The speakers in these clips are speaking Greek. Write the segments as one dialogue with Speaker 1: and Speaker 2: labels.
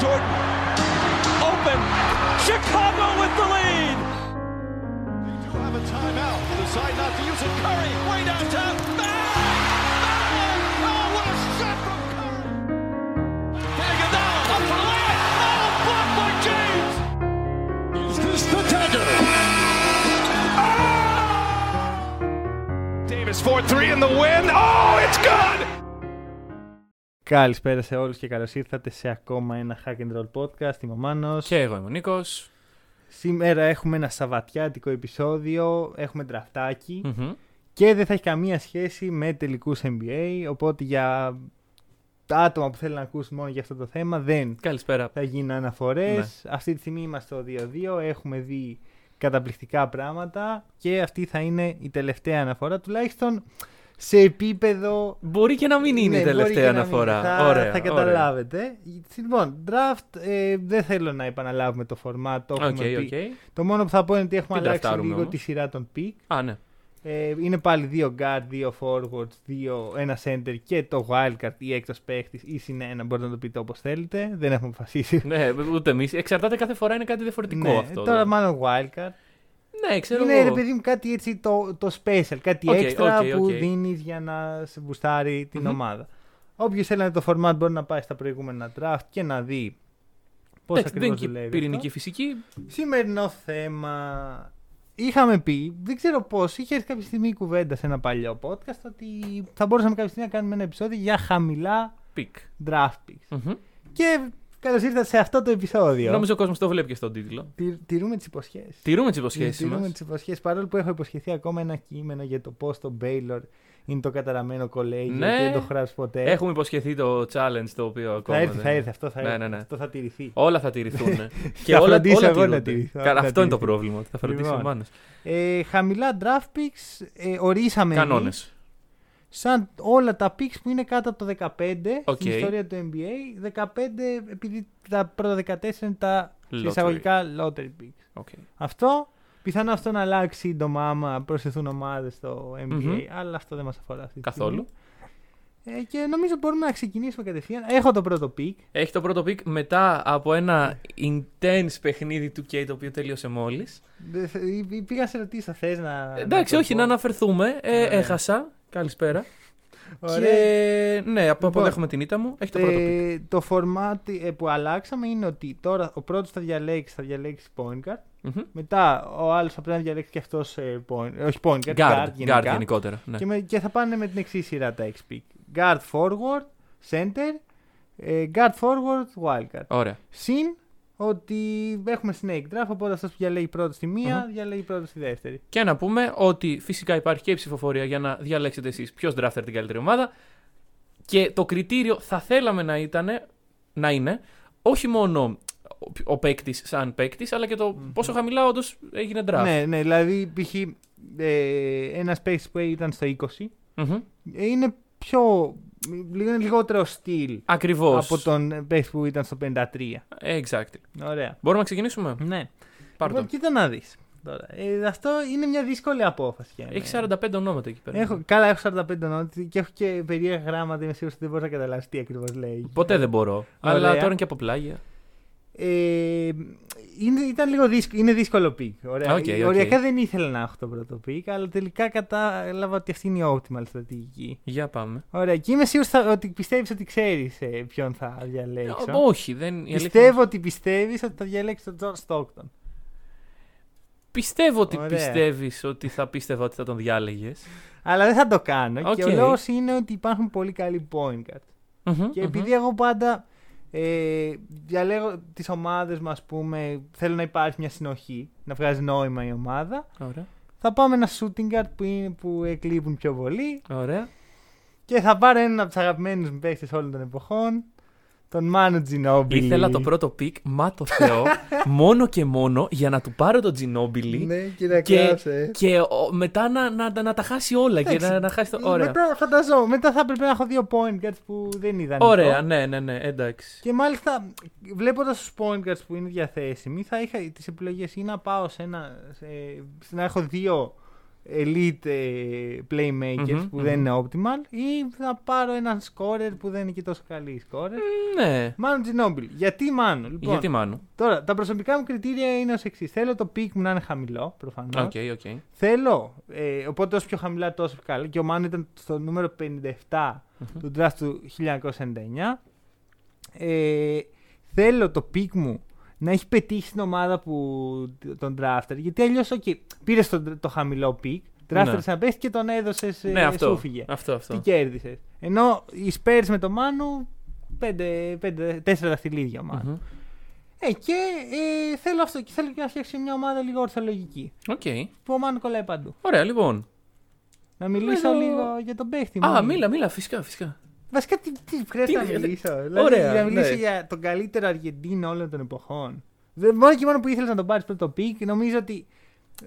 Speaker 1: Jordan. Open. Chicago with the lead.
Speaker 2: They do have a timeout. They decide not to use it. Curry, way downtown. Bang! Bang! Oh, what a shot from Curry! Iguodala up for the layup. Oh, blocked by James. Is this the dagger? Ah! Davis 4-3 in the win. Oh, it's good!
Speaker 3: Καλησπέρα σε όλους και καλώς ήρθατε σε ακόμα ένα Hack and Roll podcast. Είμαι ο Μάνος.
Speaker 4: Και εγώ είμαι ο Νίκος.
Speaker 3: Σήμερα έχουμε ένα σαβατιάτικο επεισόδιο, έχουμε τραφτάκι και δεν θα έχει καμία σχέση με τελικούς NBA, οπότε για τα άτομα που θέλουν να ακούσουν μόνο για αυτό το θέμα δεν
Speaker 4: Καλησπέρα.
Speaker 3: θα γίνουν αναφορές. Αυτή τη στιγμή είμαστε στο 2-2, έχουμε δει καταπληκτικά πράγματα και αυτή θα είναι η τελευταία αναφορά, τουλάχιστον σε επίπεδο
Speaker 4: Μπορεί και να μην είναι
Speaker 3: Ναι,
Speaker 4: η
Speaker 3: μπορεί
Speaker 4: τελευταία
Speaker 3: και να μην
Speaker 4: αναφορά.
Speaker 3: είναι. Θα,
Speaker 4: ωραία,
Speaker 3: θα καταλάβετε. Λοιπόν, draft ε, δεν θέλω να επαναλάβουμε το format. Το,
Speaker 4: Οκ, οκ.
Speaker 3: έχουμε πει. το μόνο που θα πω είναι ότι έχουμε
Speaker 4: Την
Speaker 3: αλλάξει
Speaker 4: draftάρουμε
Speaker 3: λίγο
Speaker 4: όμως.
Speaker 3: τη σειρά των pick.
Speaker 4: Α, ναι.
Speaker 3: Ε, είναι πάλι δύο guard, δύο forwards, δύο, ένα center και το wildcard ή έκτος παίχτης ή συν ένα. Μπορείτε να το πείτε όπως θέλετε. Δεν έχουμε αποφασίσει.
Speaker 4: ναι, ούτε εμείς. Εξαρτάται κάθε φορά είναι κάτι διαφορετικό
Speaker 3: Ναι,
Speaker 4: αυτό. δηλαδή.
Speaker 3: τώρα
Speaker 4: δε.
Speaker 3: μάλλον wildcard.
Speaker 4: Ναι, ξέρω
Speaker 3: είναι
Speaker 4: εγώ.
Speaker 3: ρε παιδί μου κάτι έτσι το, το special, κάτι
Speaker 4: Οκ,
Speaker 3: έξτρα
Speaker 4: οκ,
Speaker 3: που
Speaker 4: οκ.
Speaker 3: δίνεις για να σε μπουστάρει την
Speaker 4: Μμμ.
Speaker 3: ομάδα. Όποιος θέλει να δει το format μπορεί να πάει στα προηγούμενα draft και να δει πώς
Speaker 4: Εντάξει, δεν
Speaker 3: ακριβώς
Speaker 4: είναι και
Speaker 3: δουλεύει.
Speaker 4: πυρηνική
Speaker 3: αυτό.
Speaker 4: φυσική.
Speaker 3: Σημερινό θέμα. Είχαμε πει, δεν ξέρω πώς, είχε έρθει κάποια στιγμή η κουβέντα σε ένα παλιό podcast ότι θα μπορούσαμε κάποια στιγμή να κάνουμε ένα επεισόδιο για χαμηλά
Speaker 4: Πικ.
Speaker 3: draft picks.
Speaker 4: Μμμ.
Speaker 3: Και καλώς ήρθατε σε αυτό το επεισόδιο.
Speaker 4: Νόμιζα ο κόσμος το βλέπει και στον τίτλο.
Speaker 3: Τι- τηρούμε τις υποσχέσεις.
Speaker 4: Τηρούμε τις υποσχέσεις
Speaker 3: Ε, Τηρούμε
Speaker 4: μας.
Speaker 3: τις υποσχέσεις. Παρόλο που έχω υποσχεθεί ακόμα ένα κείμενο για το πώς το Baylor είναι το καταραμένο κολέγιο
Speaker 4: Ναι.
Speaker 3: και δεν το χράσει ποτέ.
Speaker 4: Έχουμε υποσχεθεί το challenge το οποίο ακόμα.
Speaker 3: ε. Θα έρθει,
Speaker 4: δεν-
Speaker 3: θα έρθει. Αυτό θα,
Speaker 4: Ναι,
Speaker 3: έρθει.
Speaker 4: ναι, ναι.
Speaker 3: Αυτό θα τηρηθεί.
Speaker 4: Όλα θα τηρηθούν. και
Speaker 3: Θα
Speaker 4: όλα,
Speaker 3: φροντίσω
Speaker 4: όλα
Speaker 3: εγώ να
Speaker 4: τηρούνται.
Speaker 3: τηρηθώ, να
Speaker 4: Καλά, αυτό είναι το
Speaker 3: τηρηθώ.
Speaker 4: πρόβλημα. ότι Θα φροντίσει
Speaker 3: Λοιπόν.
Speaker 4: ο Μάνος.
Speaker 3: Ε, χαμηλά draft picks ε, ορίσαμε εμείς
Speaker 4: Κανόνε.
Speaker 3: σαν όλα τα picks που είναι κάτω από το 15
Speaker 4: Οκ.
Speaker 3: στην ιστορία του NBA. 15 επειδή τα πρώτα 14 είναι τα σε
Speaker 4: Lottery.
Speaker 3: εισαγωγικά lottery picks. Αυτό πιθανό αυτό να αλλάξει σύντομα άμα προσθεθούν ομάδες στο NBA,
Speaker 4: Μμμ.
Speaker 3: αλλά αυτό δεν μας αφορά αυτή τη στιγμή.
Speaker 4: Καθόλου.
Speaker 3: Ε, και νομίζω μπορούμε να ξεκινήσουμε κατευθείαν. Έχω το πρώτο πικ.
Speaker 4: Έχει το πρώτο πικ μετά από ένα intense παιχνίδι του K το οποίο τέλειωσε μόλις.
Speaker 3: Δε- θε- ή- Πήγα να σε ρωτήσω, θε Ε, να.
Speaker 4: Εντάξει,
Speaker 3: το
Speaker 4: όχι,
Speaker 3: πω.
Speaker 4: να αναφερθούμε. Ε,
Speaker 3: Ωραία.
Speaker 4: έχασα. Καλησπέρα.
Speaker 3: Ωραία.
Speaker 4: Και ναι, απο-
Speaker 3: Λοιπόν.
Speaker 4: αποδέχομαι την ήττα μου. Έχει το πρώτο πικ.
Speaker 3: ε, το format ε, που αλλάξαμε είναι ότι τώρα ο πρώτος θα διαλέξει, θα διαλέξει point guard.
Speaker 4: Μμμ.
Speaker 3: Μετά ο άλλος θα πρέπει να διαλέξει και αυτός point. ε, Όχι point guard, guard,
Speaker 4: Guard,
Speaker 3: γενικά.
Speaker 4: guard γενικότερα. ναι.
Speaker 3: Και, με- και θα πάνε με την εξή σειρά τα x pick. Guard forward, center, ε, guard forward, wildcard.
Speaker 4: Ωραία.
Speaker 3: Συν ότι έχουμε snake draft, οπότε αυτός που διαλέγει πρώτο στη μία, διαλέγει πρώτο στη δεύτερη.
Speaker 4: Και να πούμε ότι φυσικά υπάρχει και η ψηφοφορία για να διαλέξετε εσείς ποιος drafter την καλύτερη ομάδα. Και το κριτήριο θα θέλαμε να, ήταν, να είναι όχι μόνο ο- ο παίκτης σαν παίκτης, αλλά και το πόσο χαμηλά όντως έγινε draft.
Speaker 3: Ναι, ναι, δηλαδή π.χ. Ε, ένα παίκτη που ήταν στο 20
Speaker 4: Μμμ.
Speaker 3: ε, είναι πιο. λίγο- είναι λιγότερο στυλ
Speaker 4: Ακριβώς.
Speaker 3: από τον παίκτη που ήταν στο 53.
Speaker 4: Exactly.
Speaker 3: Ωραία.
Speaker 4: Μπορούμε να ξεκινήσουμε.
Speaker 3: Ναι.
Speaker 4: Πάρτο.
Speaker 3: Λοιπόν, κοίτα να δεις. Ε, αυτό είναι μια δύσκολη απόφαση. για μένα.
Speaker 4: Έχει 45 ονόματα εκεί πέρα.
Speaker 3: Έχω, καλά, έχω 45 νότι και έχω και περίεργα γράμματα. Είμαι σίγουρος ότι δεν μπορείς να καταλάβεις τι ακριβώς λέει.
Speaker 4: Ποτέ δεν μπορώ. Αλλά τώρα είναι και από πλάγια.
Speaker 3: Ε, είναι, ήταν λίγο δύσκολο, είναι δύσκολο πικ. Ωραία.
Speaker 4: Οκ, οκ.
Speaker 3: Οριακά δεν ήθελα να έχω το πρώτο πικ, αλλά τελικά κατάλαβα ότι αυτή είναι η optimal στρατηγική.
Speaker 4: Για πάμε.
Speaker 3: Ωραία, και είμαι σίγουρος ότι πιστεύεις ότι ξέρεις ποιον θα διαλέξω.
Speaker 4: Ε, Όχι, δεν. η αλήθεια-
Speaker 3: Πιστεύω ότι πιστεύεις ότι θα διαλέξει τον Τζον Στόκτον.
Speaker 4: Πιστεύω ότι
Speaker 3: Ωραία.
Speaker 4: πιστεύεις ότι θα πίστευα ότι θα τον διάλεγες.
Speaker 3: Αλλά δεν θα το κάνω. Και ο
Speaker 4: Οκ.
Speaker 3: λόγος είναι ότι υπάρχουν πολύ καλοί point guard. Και επειδή εγώ πάντα ε, διαλέγω τις ομάδες μου, ας πούμε, θέλω να υπάρχει μια συνοχή, να βγάζει νόημα η ομάδα,
Speaker 4: Ωραία.
Speaker 3: θα πάμε ένα shooting guard που, είναι, που εκλείπουν πιο πολύ
Speaker 4: Ωραία.
Speaker 3: και θα πάρω έναν από τους αγαπημένους μου παίχτες όλων των εποχών, τον Μάνου Τζινόμπιλι.
Speaker 4: Ήθελα το πρώτο πικ, μα το Θεό, μόνο και μόνο για να του πάρω τον Τζινόμπιλι
Speaker 3: Ναι, κύριε
Speaker 4: και, και ο- μετά να, να, να τα χάσει όλα και να, να χάσει το. Ωραία.
Speaker 3: Μετά, φανταζόμουν, μετά θα έπρεπε να έχω δύο point guards που δεν ήταν.
Speaker 4: Ωραία, ναι, ναι, ναι, εντάξει.
Speaker 3: Και μάλιστα, βλέποντας τους point guards που είναι διαθέσιμοι, θα είχα τις επιλογές ή να πάω σε ένα. σε- να έχω δύο elite ε, playmakers
Speaker 4: Μμμ,
Speaker 3: που
Speaker 4: μμμ.
Speaker 3: δεν είναι optimal ή θα πάρω έναν scorer που δεν είναι και τόσο καλή scorer.
Speaker 4: Ναι.
Speaker 3: Μάνο Τζινόμπιλ. Γιατί Μάνο, λοιπόν.
Speaker 4: Γιατί μάλλον.
Speaker 3: Τώρα, τα προσωπικά μου κριτήρια είναι ως εξής. Θέλω το peak μου να είναι χαμηλό, προφανώς.
Speaker 4: Οκ, οκ.
Speaker 3: Θέλω. Ε, οπότε όσο πιο χαμηλά τόσο πιο καλά. Και ο Μάνο ήταν στο νούμερο 57 του draft του 1999. Ε, θέλω το πικ μου να έχει πετύχει στην ομάδα που τον drafter. Γιατί αλλιώς, OK, πήρε το, το χαμηλό πικ, drafter
Speaker 4: Ναι.
Speaker 3: να πέσει και τον έδωσες.
Speaker 4: Ναι, αυτό.
Speaker 3: Ε, Σου φύγε.
Speaker 4: Αυτό,
Speaker 3: Τι
Speaker 4: αυτό.
Speaker 3: κέρδισες. Ενώ οι Spurs με το Μάνου. Πέντε, πέντε, τέσσερα δαχτυλίδια ο Μάνου.
Speaker 4: Μμμ.
Speaker 3: Ε, και ε, θέλω αυτό. Και θέλω και να φτιάξει μια ομάδα λίγο ορθολογική.
Speaker 4: Οκ.
Speaker 3: Που ο Μάνου κολλάει παντού.
Speaker 4: Ωραία, λοιπόν.
Speaker 3: Να μιλήσω
Speaker 4: Εδώ-
Speaker 3: λίγο για τον παίχτη μου.
Speaker 4: Α, μίλα, μίλα, φυσικά, φυσικά.
Speaker 3: Βασικά τι, τι χρειάζεται
Speaker 4: Τι-
Speaker 3: να μιλήσω.
Speaker 4: Ωραία,
Speaker 3: να μιλήσω
Speaker 4: ναι.
Speaker 3: για τον καλύτερο Αργεντίνο όλων των εποχών. Δεν- Μόνο και μόνο που ήθελες να τον πάρεις πρώτο πικ, νομίζω ότι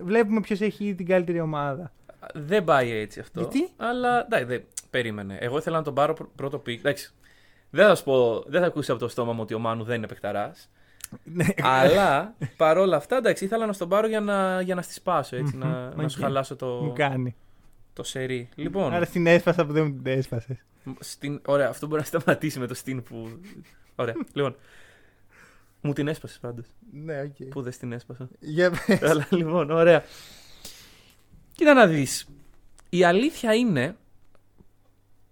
Speaker 3: βλέπουμε ποιος έχει την καλύτερη ομάδα.
Speaker 4: Δεν πάει έτσι αυτό.
Speaker 3: Γιατί?
Speaker 4: Αλλά εντάξει, δεν περίμενε. Εγώ ήθελα να τον πάρω πρω- πρώτο πικ. Εντάξει. Δεν θα σου πω, δεν θα ακούσει από το στόμα μου ότι ο Μάνου δεν είναι παιχταράς.
Speaker 3: Ναι.
Speaker 4: αλλά παρόλα αυτά, εντάξει, ήθελα να στον πάρω για να, για να στη σπάσω, έτσι, να,
Speaker 3: Μμμ,
Speaker 4: να σου
Speaker 3: οκ.
Speaker 4: χαλάσω
Speaker 3: Μου
Speaker 4: το,
Speaker 3: κάνει.
Speaker 4: το σερί. Λοιπόν,
Speaker 3: Άρα στην έσπασα που δεν μου την έσπασες.
Speaker 4: στην, ωραία, αυτό μπορεί να σταματήσει με το στην που. Ωραία, λοιπόν. Μου την έσπασες πάντως.
Speaker 3: Ναι, οκ.
Speaker 4: Πού δεν την έσπασα.
Speaker 3: Για πες.
Speaker 4: Αλλά λοιπόν, ωραία. Κοίτα να δεις. Η αλήθεια είναι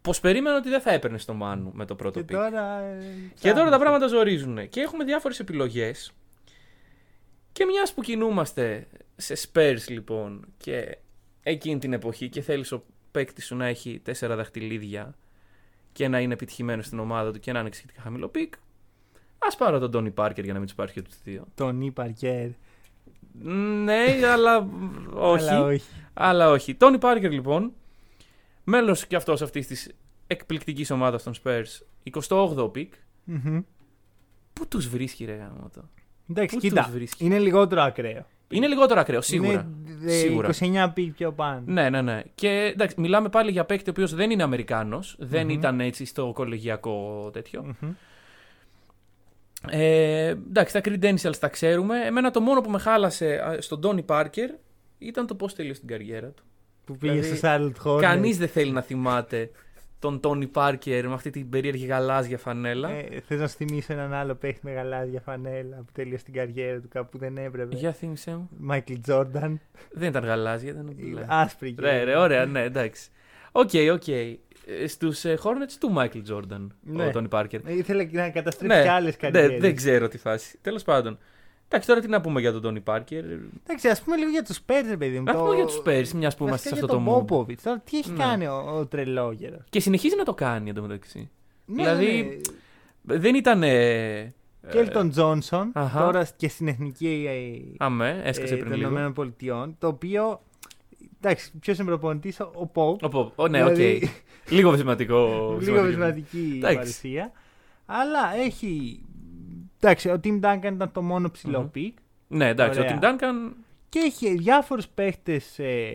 Speaker 4: πως περίμενα ότι δεν θα έπαιρνε το Μάνου με το πρώτο
Speaker 3: Και
Speaker 4: πικ.
Speaker 3: τώρα. ε,
Speaker 4: Και τώρα τα
Speaker 3: ψάχνεις.
Speaker 4: πράγματα ζορίζουν. Και έχουμε διάφορες επιλογές. Και μιας που κινούμαστε σε Spurs λοιπόν και εκείνη την εποχή και θέλεις ο παίκτης σου να έχει τέσσερα δαχτυλίδια και να είναι επιτυχημένος στην ομάδα του και να είναι και σχετικά χαμηλό πικ. Ας πάρω τον Τόνι Πάρκερ για να μην τους πάρει και τους δύο.
Speaker 3: Τον Ιπαρκέρ.
Speaker 4: Ναι, αλλά όχι.
Speaker 3: Αλλά όχι.
Speaker 4: Αλλά όχι. Τόνι Πάρκερ λοιπόν, μέλος και αυτός αυτής της εκπληκτικής ομάδας των Spurs, 28ο πικ.
Speaker 3: Μμμ.
Speaker 4: Πού τους βρίσκει ρε γάμο το.
Speaker 3: Εντάξει,
Speaker 4: Πού
Speaker 3: κοίτα.
Speaker 4: τους βρίσκει?
Speaker 3: Είναι λιγότερο ακραίο.
Speaker 4: Είναι λιγότερο ακραίο, σίγουρα.
Speaker 3: Είναι ε,
Speaker 4: σίγουρα.
Speaker 3: 29 πικ πιο πάνω.
Speaker 4: Ναι, ναι, ναι. Και εντάξει, μιλάμε πάλι για παίκτη ο οποίος δεν είναι Αμερικάνος, δεν ήταν έτσι στο κολεγιακό τέτοιο.
Speaker 3: Μμμ.
Speaker 4: Ε, εντάξει, τα credentials τα ξέρουμε. Εμένα το μόνο που με χάλασε α, στον Τόνι Πάρκερ ήταν το πώς τελείωσε την καριέρα του.
Speaker 3: Που πήγε
Speaker 4: Δηλαδή,
Speaker 3: στο Charlotte Hornets.
Speaker 4: Κανείς δεν θέλει να θυμάται τον Τόνι Πάρκερ με αυτή την περίεργη γαλάζια φανέλα.
Speaker 3: Ε, Θες να σου θυμίσω έναν άλλο παίχτη με γαλάζια φανέλα που τέλειωσε την καριέρα του κάπου που δεν έπρεπε.
Speaker 4: Για θύμισε μου.
Speaker 3: Μάικλ Τζόρνταν.
Speaker 4: Δεν ήταν γαλάζια, ήταν μπλε.
Speaker 3: Άσπρη.
Speaker 4: Ναι. Ρε, ρε,
Speaker 3: και-
Speaker 4: ωραία, ναι, εντάξει. Οκ, οκ. Ε, Στους ε, Hornets του Michael Jordan,
Speaker 3: Ναι.
Speaker 4: ο Τόνι Πάρκερ.
Speaker 3: Ε, Ήθελε να καταστρέψει και άλλες καριέρε.
Speaker 4: ναι, δεν ξέρω τι φάση. Τέλος πάντων. Εντάξει, τώρα τι να πούμε για τον Τόνι Πάρκερ.
Speaker 3: Εντάξει, ας πούμε λίγο για τους Πέρσε, παιδί μου.
Speaker 4: Να πούμε για τους Spurs, μιας που είμαστε σε αυτό το
Speaker 3: Βασικά
Speaker 4: mood.
Speaker 3: Πόποβιτ. Τώρα τι έχει
Speaker 4: Ναι.
Speaker 3: κάνει ο, ο τρελόγερος.
Speaker 4: Και συνεχίζει να το κάνει εντωμεταξύ.
Speaker 3: Ναι,
Speaker 4: Δηλαδή, Δεν ήταν. Ε,
Speaker 3: Κέλτον Τζόνσον,
Speaker 4: αχα.
Speaker 3: τώρα και στην εθνική ε,
Speaker 4: αμέ, έσκασε
Speaker 3: ε,
Speaker 4: πριν
Speaker 3: των
Speaker 4: λίγο.
Speaker 3: Ηνωμένων Πολιτειών, το οποίο. Εντάξει, ποιος είναι προπονητής, ο Πόπ.
Speaker 4: Οπό, ω, ναι, οκ.
Speaker 3: Δηλαδή-
Speaker 4: Λίγο βυσματικό.
Speaker 3: Λίγο βυσματική
Speaker 4: Εντάξει.
Speaker 3: παρουσία. Αλλά έχει. Εντάξει, ο Tim Duncan ήταν το μόνο ψηλό
Speaker 4: Μμμ.
Speaker 3: πικ
Speaker 4: Ναι, εντάξει,
Speaker 3: Ωραία.
Speaker 4: ο Tim Duncan
Speaker 3: και έχει διάφορους παίχτες ε,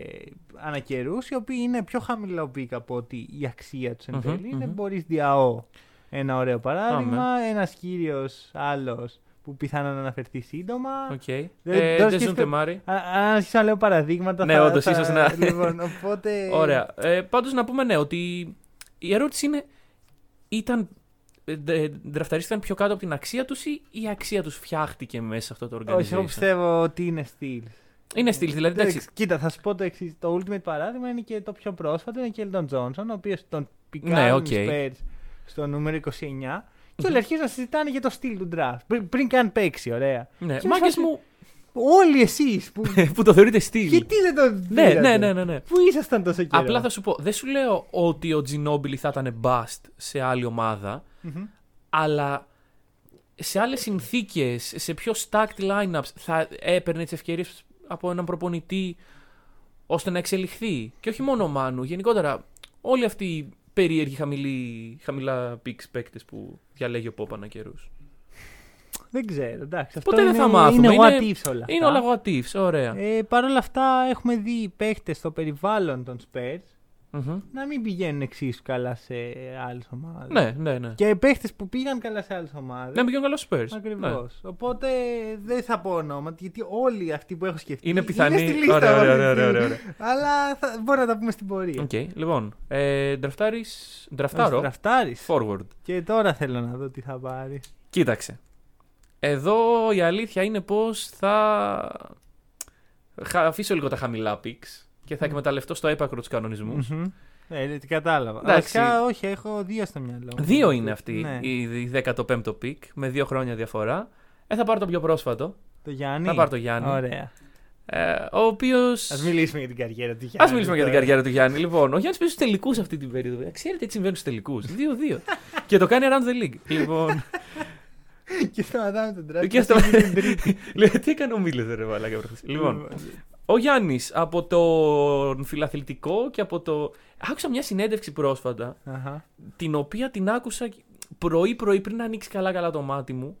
Speaker 3: ανακαιρούς οι οποίοι είναι πιο χαμηλό πικ από ότι η αξία τους εν
Speaker 4: Μμμ,
Speaker 3: τελει Είναι
Speaker 4: μμμ.
Speaker 3: Boris Diaw ένα ωραίο παράδειγμα. Ένας κύριος άλλος που πιθανόν να αναφερθεί σύντομα.
Speaker 4: Οκ.
Speaker 3: δεν
Speaker 4: Ε,
Speaker 3: το
Speaker 4: Δεν ζουν
Speaker 3: σκέφτηκα-
Speaker 4: τεμάρι.
Speaker 3: Α- Αν αρχίσω να λέω παραδείγματα.
Speaker 4: Ναι,
Speaker 3: θα-
Speaker 4: όντως,
Speaker 3: θα-
Speaker 4: ίσως να-
Speaker 3: Λοιπόν, οπότε.
Speaker 4: Ωραία. Ε, Πάντως να πούμε ναι, ότι η ερώτηση είναι. Ήταν. ε, δε- Δραφταρίστηκαν πιο κάτω από την αξία τους ή η αξία τους φτιάχτηκε μέσα σε αυτό το organization.
Speaker 3: Όχι, εγώ πιστεύω ότι είναι στυλ.
Speaker 4: Είναι στυλ, δηλαδή. Εντάξει,
Speaker 3: Εντάξει, Κοίτα, θα σου πω το εξής. Το ultimate παράδειγμα είναι και το πιο πρόσφατο, είναι και Elton Johnson, ο οποίος τον
Speaker 4: Ναι,
Speaker 3: πικάρει
Speaker 4: οκ.
Speaker 3: okay. στο νούμερο 29. Και όλοι αρχίζουν να συζητάνε για το στυλ του draft. Πριν, πριν καν παίξει, ωραία.
Speaker 4: ναι.
Speaker 3: Και
Speaker 4: Μάγκες
Speaker 3: φάση-
Speaker 4: μου
Speaker 3: Όλοι εσείς που.
Speaker 4: που το θεωρείτε στυλ.
Speaker 3: γιατί δηλαδή? δεν τον.
Speaker 4: Ναι,
Speaker 3: πήρατε?
Speaker 4: ναι, ναι, ναι. ναι.
Speaker 3: Πού ήσασταν τόσο καιρό.
Speaker 4: Απλά θα σου πω, δεν σου λέω ότι ο Τζινόμπιλι θα ήταν bust σε άλλη ομάδα,
Speaker 3: Μμμ.
Speaker 4: αλλά σε άλλες συνθήκες, σε πιο stacked lineups, θα έπαιρνε τις ευκαιρίες από έναν προπονητή ώστε να εξελιχθεί. Και όχι μόνο ο Μάνου, γενικότερα όλοι αυτοί οι περίεργοι χαμηλοί, χαμηλά πικ παίκτες που διαλέγει ο Πόπα καιρούς.
Speaker 3: Δεν ξέρω, εντάξει. Αυτό
Speaker 4: Ποτέ δεν
Speaker 3: είναι,
Speaker 4: θα μάθουμε.
Speaker 3: Είναι what
Speaker 4: Είναι-
Speaker 3: ifs όλα.
Speaker 4: Είναι
Speaker 3: αυτά.
Speaker 4: όλα what ifs, ωραία.
Speaker 3: Ε, Παρ' όλα αυτά, έχουμε δει παίχτε στο περιβάλλον των Spurs
Speaker 4: Μμμ.
Speaker 3: να μην πηγαίνουν εξίσου καλά σε άλλες ομάδες.
Speaker 4: Ναι, ναι, ναι.
Speaker 3: Και παίχτες που πήγαν καλά σε άλλες ομάδες.
Speaker 4: Δεν πήγαινε καλά στους Spurs. Ναι.
Speaker 3: Ακριβώ. Οπότε δεν θα πω ονόματα γιατί όλοι αυτοί που έχω σκεφτεί.
Speaker 4: Είναι πιθανή-
Speaker 3: στη λίστα
Speaker 4: Ωραία, ωραία,
Speaker 3: όλοι
Speaker 4: ωραία,
Speaker 3: αυτοί.
Speaker 4: ωραία, ωραία.
Speaker 3: Αλλά θα... μπορεί να τα πούμε στην πορεία.
Speaker 4: Οκ, λοιπόν. Ε, ντραφτάρεις- Ντραφτάρω.
Speaker 3: Στραφτάρεις.
Speaker 4: Forward.
Speaker 3: Και τώρα θέλω να δω τι θα πάρει.
Speaker 4: Κοίταξε. Εδώ η αλήθεια είναι πως θα χα- αφήσω λίγο τα χαμηλά πικς και θα εκμεταλλευτώ στο έπακρο τους κανονισμούς.
Speaker 3: Μμμ. Ναι, ναι, την κατάλαβα.
Speaker 4: Εντάξει.
Speaker 3: Βασικά, όχι, έχω δύο στο μυαλό. μου.
Speaker 4: Δύο είναι αυτή
Speaker 3: Ναι.
Speaker 4: η η 15ο πικ με δύο χρόνια διαφορά. Ε, θα πάρω το πιο πρόσφατο,
Speaker 3: Το Γιάννη.
Speaker 4: θα πάρω το Γιάννη.
Speaker 3: Ναι. Ωραία.
Speaker 4: ε, ο οποίος...
Speaker 3: Ας μιλήσουμε για την καριέρα του Γιάννη.
Speaker 4: Ας μιλήσουμε για την καριέρα του Γιάννη. Λοιπόν, ο Γιάννης παίζει στους τελικούς αυτή την περίοδο. Ε, Ξέρετε τι συμβαίνει στους τελικούς. 2-2. και το κάνει around the league. Λοιπόν.
Speaker 3: και σταματάμε τον τρόπο.
Speaker 4: και στο. Λέω, τι έκανε ο Μίλες, ρε Βαλάκα προχθές». Λοιπόν, ο Γιάννης από τον φιλαθλητικό και από το. Άκουσα μια συνέντευξη πρόσφατα,
Speaker 3: Αχα.
Speaker 4: την οποία την άκουσα πρωί-πρωί πριν να ανοίξει καλά-καλά το μάτι μου.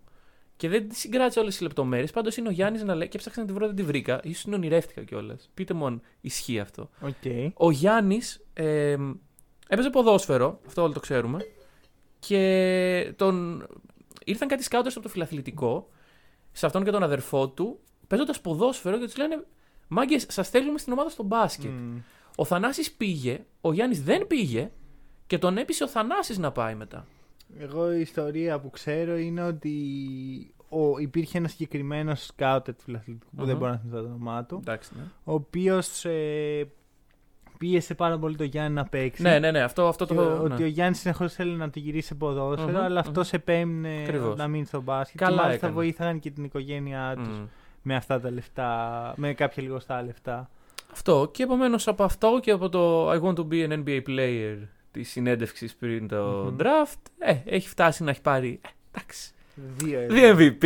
Speaker 4: Και δεν τη συγκράτησα όλες τις λεπτομέρειες. Πάντως είναι ο Γιάννης να λέει και ψάξα να τη βρω, δεν τη βρήκα. σω την ονειρεύτηκα κιόλας. Πείτε μου αν ισχύει αυτό.
Speaker 3: Οκ.
Speaker 4: Ο Γιάννης ε, έπαιζε ποδόσφαιρο, αυτό όλοι το ξέρουμε. Και τον... ήρθαν κάτι σκάουτερ από το φιλαθλητικό, σε αυτόν και τον αδερφό του, παίζοντας ποδόσφαιρο και τους λένε Μάγκες, σας θέλουμε στην ομάδα στο μπάσκετ.
Speaker 3: Μμ.
Speaker 4: Ο Θανάσης πήγε, ο Γιάννης δεν πήγε και τον έπεισε ο Θανάσης να πάει μετά.
Speaker 3: Εγώ η ιστορία που ξέρω είναι ότι ο, υπήρχε ένας συγκεκριμένος σκάουτερ του φιλαθλητικού που δεν
Speaker 4: Μμμ.
Speaker 3: μπορώ να θυμηθώ το όνομά του,
Speaker 4: Εντάξει, ναι.
Speaker 3: ο οποίος ε, πίεσε πάρα πολύ το Γιάννη να παίξει.
Speaker 4: ναι, ναι, ναι, αυτό, αυτό
Speaker 3: Και
Speaker 4: το.
Speaker 3: ο- ότι
Speaker 4: ναι.
Speaker 3: ο Γιάννης συνεχώς θέλει να το γυρίσει σε ποδόσφαιρο,
Speaker 4: Μμμ,
Speaker 3: αλλά αυτός
Speaker 4: μμμ.
Speaker 3: επέμεινε
Speaker 4: Ακριβώς.
Speaker 3: να μείνει στο μπάσκετ.
Speaker 4: Καλά
Speaker 3: και μάλιστα
Speaker 4: έκανε.
Speaker 3: βοήθησαν και την οικογένειά του
Speaker 4: Μμ.
Speaker 3: με αυτά τα λεφτά, με κάποια λιγοστά λεφτά.
Speaker 4: Αυτό. Και επομένως από αυτό και από το I want to be an NBA player της συνέντευξης πριν το
Speaker 3: Μμμ.
Speaker 4: draft, ε, έχει φτάσει να έχει πάρει. Ε, εντάξει.
Speaker 3: Δύο ευρώ.
Speaker 4: Ε, Δύο MVP,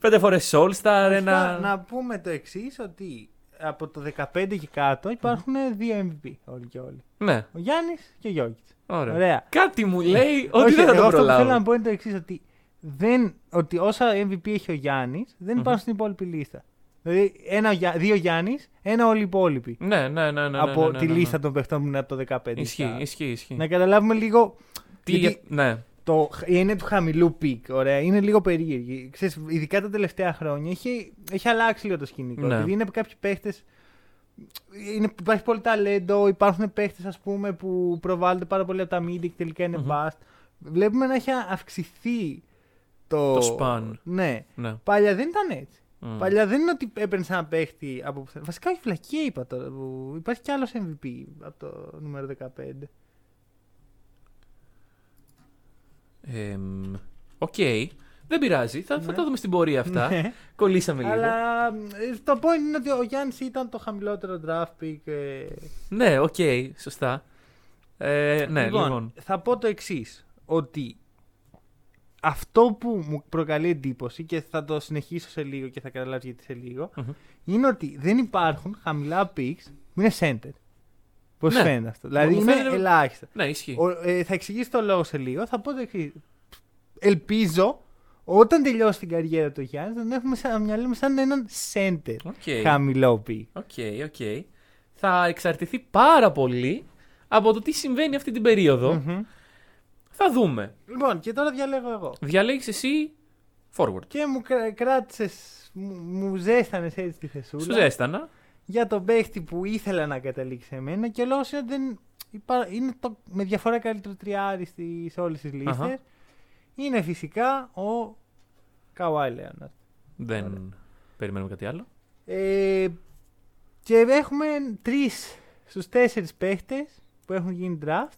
Speaker 4: πέντε φορές All-Star, ένα.
Speaker 3: Βασικά, Να πούμε το εξής, ότι από το 15 και κάτω υπάρχουν δύο MVP όλοι και όλοι.
Speaker 4: Ναι,
Speaker 3: Ο Γιάννης και ο Γιώργιτ.
Speaker 4: ωραία.
Speaker 3: Ωραία. Ε,
Speaker 4: Κάτι μου λέει ότι
Speaker 3: Όχι,
Speaker 4: δεν θα
Speaker 3: εγώ
Speaker 4: το
Speaker 3: αυτό που θέλω να
Speaker 4: προλάβω.
Speaker 3: πω είναι το εξής, ότι, δεν, ότι όσα MVP έχει ο Γιάννης δεν
Speaker 4: Μμμ.
Speaker 3: υπάρχουν στην υπόλοιπη λίστα. Δηλαδή, ένα, ο Γιά- δύο Γιάννης, ένα όλοι οι υπόλοιποι.
Speaker 4: Ναι, ναι, ναι. ναι
Speaker 3: από
Speaker 4: ναι, ναι,
Speaker 3: τη
Speaker 4: ναι, ναι.
Speaker 3: λίστα των παιχτών που είναι από το 15.
Speaker 4: Ισχύει,
Speaker 3: στα-
Speaker 4: ισχύει, ισχύει.
Speaker 3: Να καταλάβουμε λίγο.
Speaker 4: Τι,
Speaker 3: γιατί
Speaker 4: Ναι,
Speaker 3: το, η έννοια του χαμηλού πικ, ωραία, είναι λίγο περίεργη. Ξέρεις, ειδικά τα τελευταία χρόνια έχει, έχει αλλάξει λίγο το σκηνικό.
Speaker 4: Ναι.
Speaker 3: Δηλαδή είναι κάποιοι παίχτες. υπάρχει πολύ ταλέντο, υπάρχουν παίχτες πούμε που προβάλλονται πάρα πολύ από τα media και τελικά είναι
Speaker 4: Μμμ.
Speaker 3: bust. Βλέπουμε να έχει αυξηθεί το.
Speaker 4: Το span.
Speaker 3: Ναι.
Speaker 4: ναι.
Speaker 3: Παλιά δεν ήταν έτσι.
Speaker 4: Μμ.
Speaker 3: Παλιά δεν είναι ότι έπαιρνες ένα παίχτη από πουθενά. Βασικά όχι φλακία είπα τώρα. Που υπάρχει κι άλλος MVP από το νούμερο 15.
Speaker 4: Εμ, Οκ. Δεν πειράζει. Θα, θα
Speaker 3: Ναι.
Speaker 4: τα δούμε στην πορεία αυτά.
Speaker 3: Ναι.
Speaker 4: Κολλήσαμε λίγο.
Speaker 3: Αλλά ε, το point είναι ότι ο Γιάννης ήταν το χαμηλότερο draft pick. ε.
Speaker 4: Ναι, οκ. Σωστά. Ε, ναι, λοιπόν.
Speaker 3: θα πω το εξής. Ότι αυτό που μου προκαλεί εντύπωση και θα το συνεχίσω σε λίγο και θα καταλάβεις γιατί σε λιγο
Speaker 4: Μμμ.
Speaker 3: είναι ότι δεν υπάρχουν χαμηλά picks που είναι center. Πώς
Speaker 4: Ναι.
Speaker 3: φαίνεται αυτό. Δηλαδή
Speaker 4: μου
Speaker 3: είναι
Speaker 4: φαίνεται-
Speaker 3: ελάχιστα.
Speaker 4: Ναι, ισχύει.
Speaker 3: Ο- ε, θα εξηγήσω το λόγο σε λίγο. Θα πω το εξής. Ελπίζω όταν τελειώσει την καριέρα του Γιάννης να τον έχουμε σαν μυαλό μας σαν έναν center.
Speaker 4: Οκ.
Speaker 3: Χαμηλό πικ.
Speaker 4: Οκ, οκ. Θα εξαρτηθεί πάρα πολύ από το τι συμβαίνει αυτή την περιοδο
Speaker 3: Μμμ.
Speaker 4: Θα δούμε.
Speaker 3: Λοιπόν, και τώρα διαλέγω εγώ.
Speaker 4: Διαλέγεις εσύ forward.
Speaker 3: Και μου κράτησες, μου, μου ζέστανες έτσι τη θεσούλα.
Speaker 4: Σου ζέστανα.
Speaker 3: Για τον παίχτη που ήθελα να καταλήξει σε μένα και ο λόγο είναι ότι δεν υπά- είναι το, με διαφορά καλύτερο τριάρι στις όλες τις λίστε.
Speaker 4: Αχα.
Speaker 3: Είναι φυσικά ο Καουάι Λέοναρτ.
Speaker 4: Δεν περιμένουμε κάτι άλλο.
Speaker 3: Ε, και έχουμε τρεις στους τέσσερις παίχτες που έχουν γίνει draft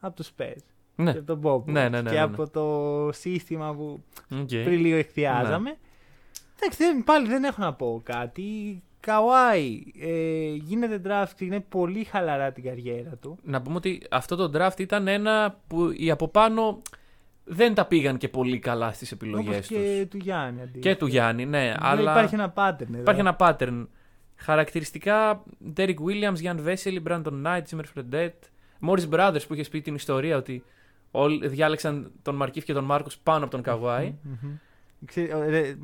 Speaker 3: από τους Spurs
Speaker 4: Ναι.
Speaker 3: και από τον Bob
Speaker 4: Ναι, ναι, ναι, ναι,
Speaker 3: και
Speaker 4: ναι.
Speaker 3: από το σύστημα που
Speaker 4: οκ.
Speaker 3: πριν λίγο εκθιάζαμε.
Speaker 4: ναι.
Speaker 3: Εντάξει, δεν- πάλι δεν έχω να πω κάτι. Καουάι ε, γίνεται draft, είναι πολύ χαλαρά την καριέρα του.
Speaker 4: Να πούμε ότι αυτό το draft ήταν ένα που οι από πάνω δεν τα πήγαν και πολύ καλά στις
Speaker 3: Όπως
Speaker 4: επιλογές τους.
Speaker 3: και τους Γιάννη. αντί-
Speaker 4: Και του Γιάννη, ναι.
Speaker 3: Δηλαδή
Speaker 4: αλλά
Speaker 3: Υπάρχει ένα pattern. εδώ.
Speaker 4: υπάρχει ένα pattern. Χαρακτηριστικά Derek Williams, Jan Vesely, Brandon Knight, Zimmer Fredette, Morris Brothers που είχε πει την ιστορία ότι όλοι διάλεξαν τον Μαρκίφ και τον Μάρκος πάνω από τον Καβάη.
Speaker 3: Μμμ.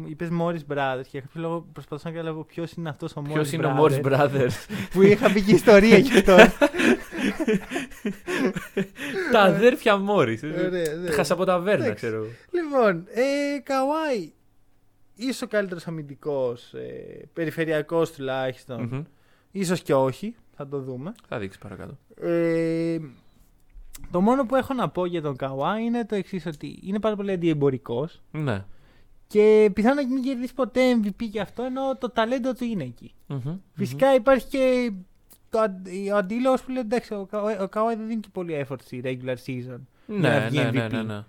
Speaker 3: Είπες Morris Brothers και για κάποιο λόγο προσπαθούσα να καταλάβω ποιος είναι αυτός ο Morris
Speaker 4: Ποιος είναι ο
Speaker 3: Brothers.
Speaker 4: Morris Brothers.
Speaker 3: Που είχα πει και ιστορία γι' αυτό.
Speaker 4: τα αδέρφια Morris.
Speaker 3: Ωραία, ναι.
Speaker 4: Χασαποταβέρνα,
Speaker 3: Εντάξει.
Speaker 4: ξέρω. εγώ.
Speaker 3: λοιπόν, ε, Καουάι. Είσαι ο καλύτερος αμυντικός, ε, περιφερειακός τουλάχιστον.
Speaker 4: Μμμ.
Speaker 3: Ίσως και όχι, θα το δούμε.
Speaker 4: Θα δείξεις παρακάτω.
Speaker 3: Ε, το μόνο που έχω να πω για τον Καουά είναι το εξής: Ότι είναι πάρα πολύ αντιεμπορικός
Speaker 4: Ναι.
Speaker 3: και πιθανόν να μην κερδίσει ποτέ MVP για αυτό ενώ το ταλέντο του είναι εκεί.
Speaker 4: Μμμ.
Speaker 3: Φυσικά υπάρχει και το, αν- ο αντίλογος που λέει εντάξει, ο, Καουά- ο Καουάι δεν δίνει και πολύ effort στη regular season. για να
Speaker 4: Ναι,
Speaker 3: βγει
Speaker 4: ναι, ναι,
Speaker 3: MVP.
Speaker 4: ναι, ναι.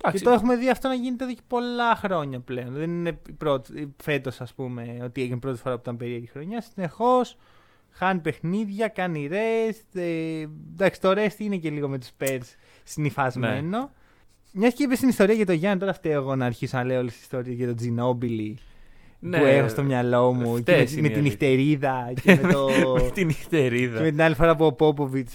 Speaker 3: Και
Speaker 4: Εντάξει,
Speaker 3: το έχουμε δει αυτό να γίνεται εδώ και πολλά χρόνια πλέον. Δεν είναι πρώτη, φέτος ας πούμε ότι έγινε πρώτη φορά που ήταν περίεργη χρονιά. Συνεχώς χάνει παιχνίδια, κάνει rest. Ε, εντάξει το rest είναι και λίγο με τους Spurs συνειφασμένο.
Speaker 4: Ναι.
Speaker 3: Μιας και είπες στην ιστορία για το Γιάννη, τώρα φταίω εγώ να αρχίσω να λέω όλες τις ιστορίες για τον Τζινόμπιλι
Speaker 4: ναι.
Speaker 3: που έχω στο μυαλό μου και
Speaker 4: φταίς
Speaker 3: με,
Speaker 4: είναι
Speaker 3: με
Speaker 4: η
Speaker 3: την
Speaker 4: αλήθεια.
Speaker 3: νυχτερίδα και με το...
Speaker 4: Με την
Speaker 3: και με
Speaker 4: νυχτερίδα.
Speaker 3: την άλλη φορά που ο Πόποβιτ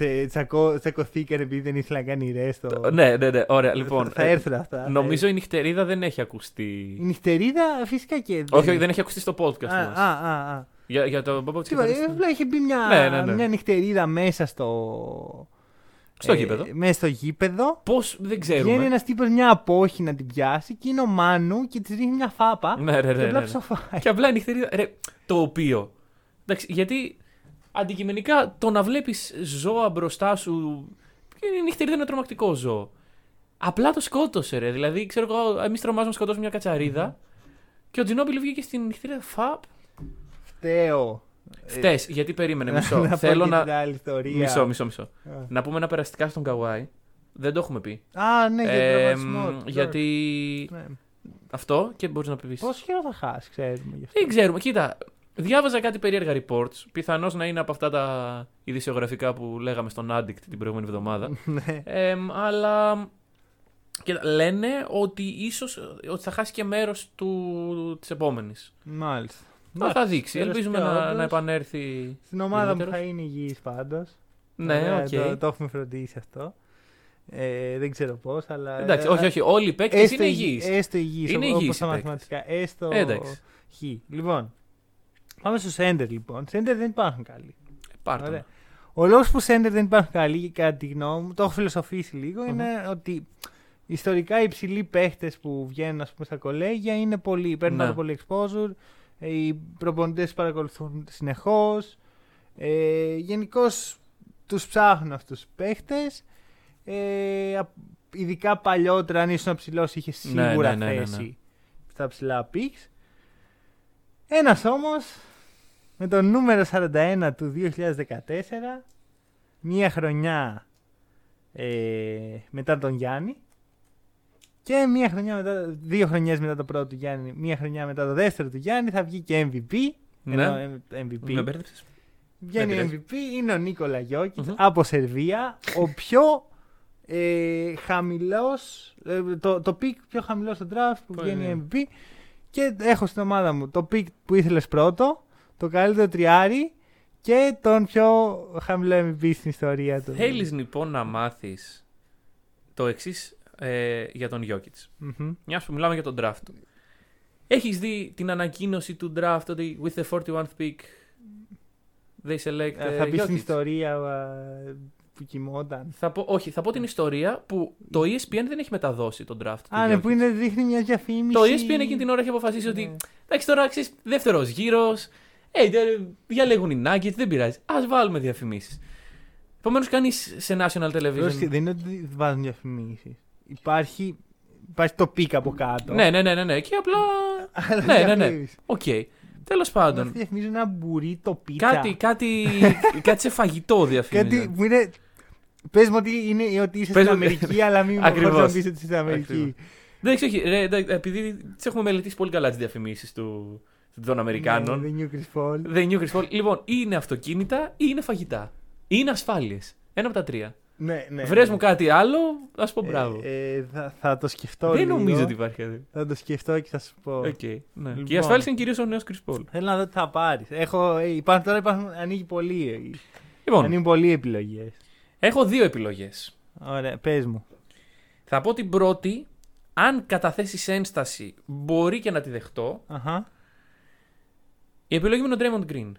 Speaker 3: τσακωθήκανε επειδή δεν ήθελε να κάνει rest. το-
Speaker 4: Ναι, ναι, ναι. Ωραία, λοιπόν.
Speaker 3: θα, θα
Speaker 4: ε,
Speaker 3: έρθουν αυτά. θα
Speaker 4: Νομίζω η νυχτερίδα δεν έχει ακουστεί.
Speaker 3: Η νυχτερίδα φυσικά και.
Speaker 4: Όχι, όχι, δεν έχει ακουστεί στο podcast
Speaker 3: Α,
Speaker 4: μα.
Speaker 3: α, α, α.
Speaker 4: Για, για τον Παπα
Speaker 3: Τι είπα, ε, απλά είχε μπει μια,
Speaker 4: Ναι, ναι, ναι.
Speaker 3: μια νυχτερίδα μέσα στο.
Speaker 4: Στο
Speaker 3: ε,
Speaker 4: γήπεδο.
Speaker 3: Μέσα στο γήπεδο.
Speaker 4: Πώς δεν
Speaker 3: Βγαίνει
Speaker 4: ξέρουμε.
Speaker 3: ένας τύπος μια απόχη να την πιάσει και είναι ο Μάνου και της ρίχνει μια φάπα.
Speaker 4: Ναι, ρε,
Speaker 3: και
Speaker 4: ρε,
Speaker 3: απλά
Speaker 4: ρε, ναι.
Speaker 3: ψοφάει.
Speaker 4: Και απλά η νυχτερίδα. Ρε, το οποίο. Εντάξει, γιατί αντικειμενικά το να βλέπεις ζώα μπροστά σου. και Η νυχτερίδα είναι τρομακτικό ζώο. Απλά το σκότωσε, ρε. Δηλαδή, ξέρω εγώ, εμείς τρομάζουμε να σκοτώσουμε μια κατσαρίδα.
Speaker 3: Mm-hmm.
Speaker 4: Και ο Τζινόμπιλ βγήκε στην νυχτερίδα. Φαπ.
Speaker 3: Φταίω.
Speaker 4: Χτε, γιατί περίμενε, Ναι, μισό.
Speaker 3: πω
Speaker 4: Θέλω
Speaker 3: και
Speaker 4: να.
Speaker 3: την άλλη ιστορία.
Speaker 4: Μισό, μισό, μισό.
Speaker 3: Α.
Speaker 4: Να πούμε ένα περαστικά στον Καουάι. Δεν το έχουμε πει.
Speaker 3: Α, ναι, για
Speaker 4: Ε,
Speaker 3: τον
Speaker 4: μ,
Speaker 3: τραυματισμό. Ναι.
Speaker 4: γιατί αυτό και μπορείς να πεις.
Speaker 3: Πόσο καιρό θα χάσει, ξέρουμε γι' αυτό.
Speaker 4: Δεν ξέρουμε. Κοίτα, διάβαζα κάτι περίεργα reports. Πιθανώς να είναι από αυτά τα ειδησιογραφικά που λέγαμε στον Addict την προηγούμενη εβδομάδα.
Speaker 3: Ναι.
Speaker 4: Ε, μ, αλλά κοίτα, λένε ότι ίσως ότι θα χάσει και μέρος της επόμενης.
Speaker 3: Μάλιστα.
Speaker 4: Θα δείξει.
Speaker 3: τέλος
Speaker 4: Ελπίζουμε
Speaker 3: πάντων,
Speaker 4: να,
Speaker 3: όντως.
Speaker 4: να επανέλθει.
Speaker 3: Στην ομάδα μου
Speaker 4: Γενικότερος.
Speaker 3: θα είναι υγιής πάντως.
Speaker 4: Ναι, οκ.
Speaker 3: Ε, το, το έχουμε φροντίσει αυτό. Ε, δεν ξέρω πώς, αλλά.
Speaker 4: Εντάξει,
Speaker 3: ε,
Speaker 4: όχι,
Speaker 3: ε,
Speaker 4: όχι. Όλοι οι παίκτες είναι
Speaker 3: υγι-
Speaker 4: υγιείς.
Speaker 3: Έστω υγιή.
Speaker 4: Είναι
Speaker 3: Είναι όπως
Speaker 4: υγιείς
Speaker 3: τα
Speaker 4: οι Ε,
Speaker 3: μαθηματικά. Έστω.
Speaker 4: Εντάξει.
Speaker 3: Χ. Λοιπόν, πάμε στο center λοιπόν. Center δεν υπάρχουν καλοί.
Speaker 4: Πάρτο.
Speaker 3: Ωραία. Ο λόγος που center δεν υπάρχουν καλοί, κατά τη γνώμη μου, το έχω φιλοσοφήσει λίγο, είναι ότι ιστορικά οι υψηλοί παίχτε που βγαίνουν ας πούμε, στα κολέγια είναι πολλοί. Παίρνουν
Speaker 4: Ναι.
Speaker 3: πάρα πολύ exposure. ε, Οι προπονητές παρακολουθούν συνεχώς. Ε, Γενικώς τους ψάχνουν αυτούς τους παίχτες. Ε, α- ειδικά παλιότερα, αν ήσουν ψηλός, είχες
Speaker 4: Ναι, ναι,
Speaker 3: σίγουρα
Speaker 4: ναι, ναι, ναι.
Speaker 3: θέση στα ψηλά πίξ. Ένας όμως με το νούμερο 41 του 2014, μία χρονιά ε, μετά τον Γιάννη και μία χρονιά μετά, δύο χρονιές μετά το πρώτο του Γιάννη, μία χρονιά μετά το δεύτερο του Γιάννη θα βγει και MVP.
Speaker 4: Ναι.
Speaker 3: Ενώ, ε, MVP.
Speaker 4: Με μπέρδεψες.
Speaker 3: Βγαίνει
Speaker 4: Δεν πειράζει.
Speaker 3: MVP, είναι ο Νίκολα Γιώκητς,
Speaker 4: Μμμ.
Speaker 3: από Σερβία, ο πιο ε, χαμηλός, ε, το, το πικ πιο χαμηλός στο draft που
Speaker 4: Που
Speaker 3: βγαίνει
Speaker 4: είναι.
Speaker 3: MVP και έχω στην ομάδα μου το πικ που ήθελες πρώτο, το καλύτερο τριάρι και τον πιο χαμηλό MVP στην ιστορία του.
Speaker 4: Θέλεις λοιπόν να μάθεις το εξής για τον Γιώκητ.
Speaker 3: Μμμ.
Speaker 4: Μια που μιλάμε για τον draft του. Έχεις δει την ανακοίνωση του draft ότι with the 41th pick they select.
Speaker 3: Ε,
Speaker 4: ε,
Speaker 3: θα πει στην
Speaker 4: Jokic.
Speaker 3: ιστορία ε, που κοιμόταν.
Speaker 4: Θα πω, όχι, θα πω την ιστορία που το E ESPN δεν έχει μεταδώσει τον draft. του
Speaker 3: Α, ναι,
Speaker 4: Jokic.
Speaker 3: που είναι, δείχνει μια διαφήμιση.
Speaker 4: Το E ESPN εκείνη την ώρα έχει αποφασίσει ότι
Speaker 3: Ναι.
Speaker 4: εντάξει τώρα ξέρεις δεύτερος γύρος. Ε, δε- διαλέγουν οι Nuggets, δεν πειράζει. Ας βάλουμε διαφημίσεις. Επομένως, κανεί σε national
Speaker 3: Πρόσεχε,
Speaker 4: television.
Speaker 3: δεν είναι ότι βάζουν διαφημίσεις. Υπάρχει, υπάρχει το πικ από κάτω.
Speaker 4: Ναι, ναι, ναι, ναι, ναι. Και απλά.
Speaker 3: Αλλά
Speaker 4: ναι, ναι, ναι.
Speaker 3: διαφημίζεις.
Speaker 4: Οκ. Τέλος πάντων.
Speaker 3: Αυτοί διαφημίζουν ένα μπουρίτο πίτσα.
Speaker 4: Κάτι, κάτι, κάτι σε φαγητό
Speaker 3: Κάτι
Speaker 4: διαφήμιζε.
Speaker 3: που είναι. Πες μου ότι, είναι, ότι είσαι
Speaker 4: Πες
Speaker 3: στην
Speaker 4: μου-
Speaker 3: Αμερική, αλλά μην μου χωρίς να
Speaker 4: Ακριβώς.
Speaker 3: πεις ότι είσαι στην
Speaker 4: Ακριβώς.
Speaker 3: Αμερική. Ναι,
Speaker 4: Εντάξει, Ναι, όχι, ρε, εντάξει, επειδή τι έχουμε μελετήσει πολύ καλά τις διαφημίσεις των Αμερικάνων.
Speaker 3: Ναι, The New Chris Paul.
Speaker 4: The New Chris Paul. Λοιπόν, ή είναι αυτοκίνητα ή είναι φαγητά. Ή είναι ασφάλειες. Ένα από τα τρία.
Speaker 3: Ναι, ναι.
Speaker 4: Βρες
Speaker 3: ναι.
Speaker 4: μου κάτι άλλο, ας πω
Speaker 3: Ε,
Speaker 4: μπράβο.
Speaker 3: ε, θα, θα το σκεφτώ.
Speaker 4: Δεν
Speaker 3: λίγο.
Speaker 4: νομίζω ότι υπάρχει κάτι.
Speaker 3: Θα το σκεφτώ και θα σου πω.
Speaker 4: Οκ, ναι.
Speaker 3: Λοιπόν.
Speaker 4: Και η ασφάλεια είναι κυρίως ο νέος Chris Paul.
Speaker 3: Θέλω να δω τι θα πάρεις. Έχω, ε, υπάρχουν, τώρα υπάρχουν, ανοίγει πολύ. ε,
Speaker 4: Λοιπόν,
Speaker 3: Ανοίγουν πολλοί επιλογές.
Speaker 4: έχω δύο επιλογές.
Speaker 3: Ωραία, πες μου.
Speaker 4: Θα πω την πρώτη, αν καταθέσεις ένσταση, μπορεί και να τη δεχτώ.
Speaker 3: Αχα.
Speaker 4: Η επιλογή μου είναι ο Draymond Green.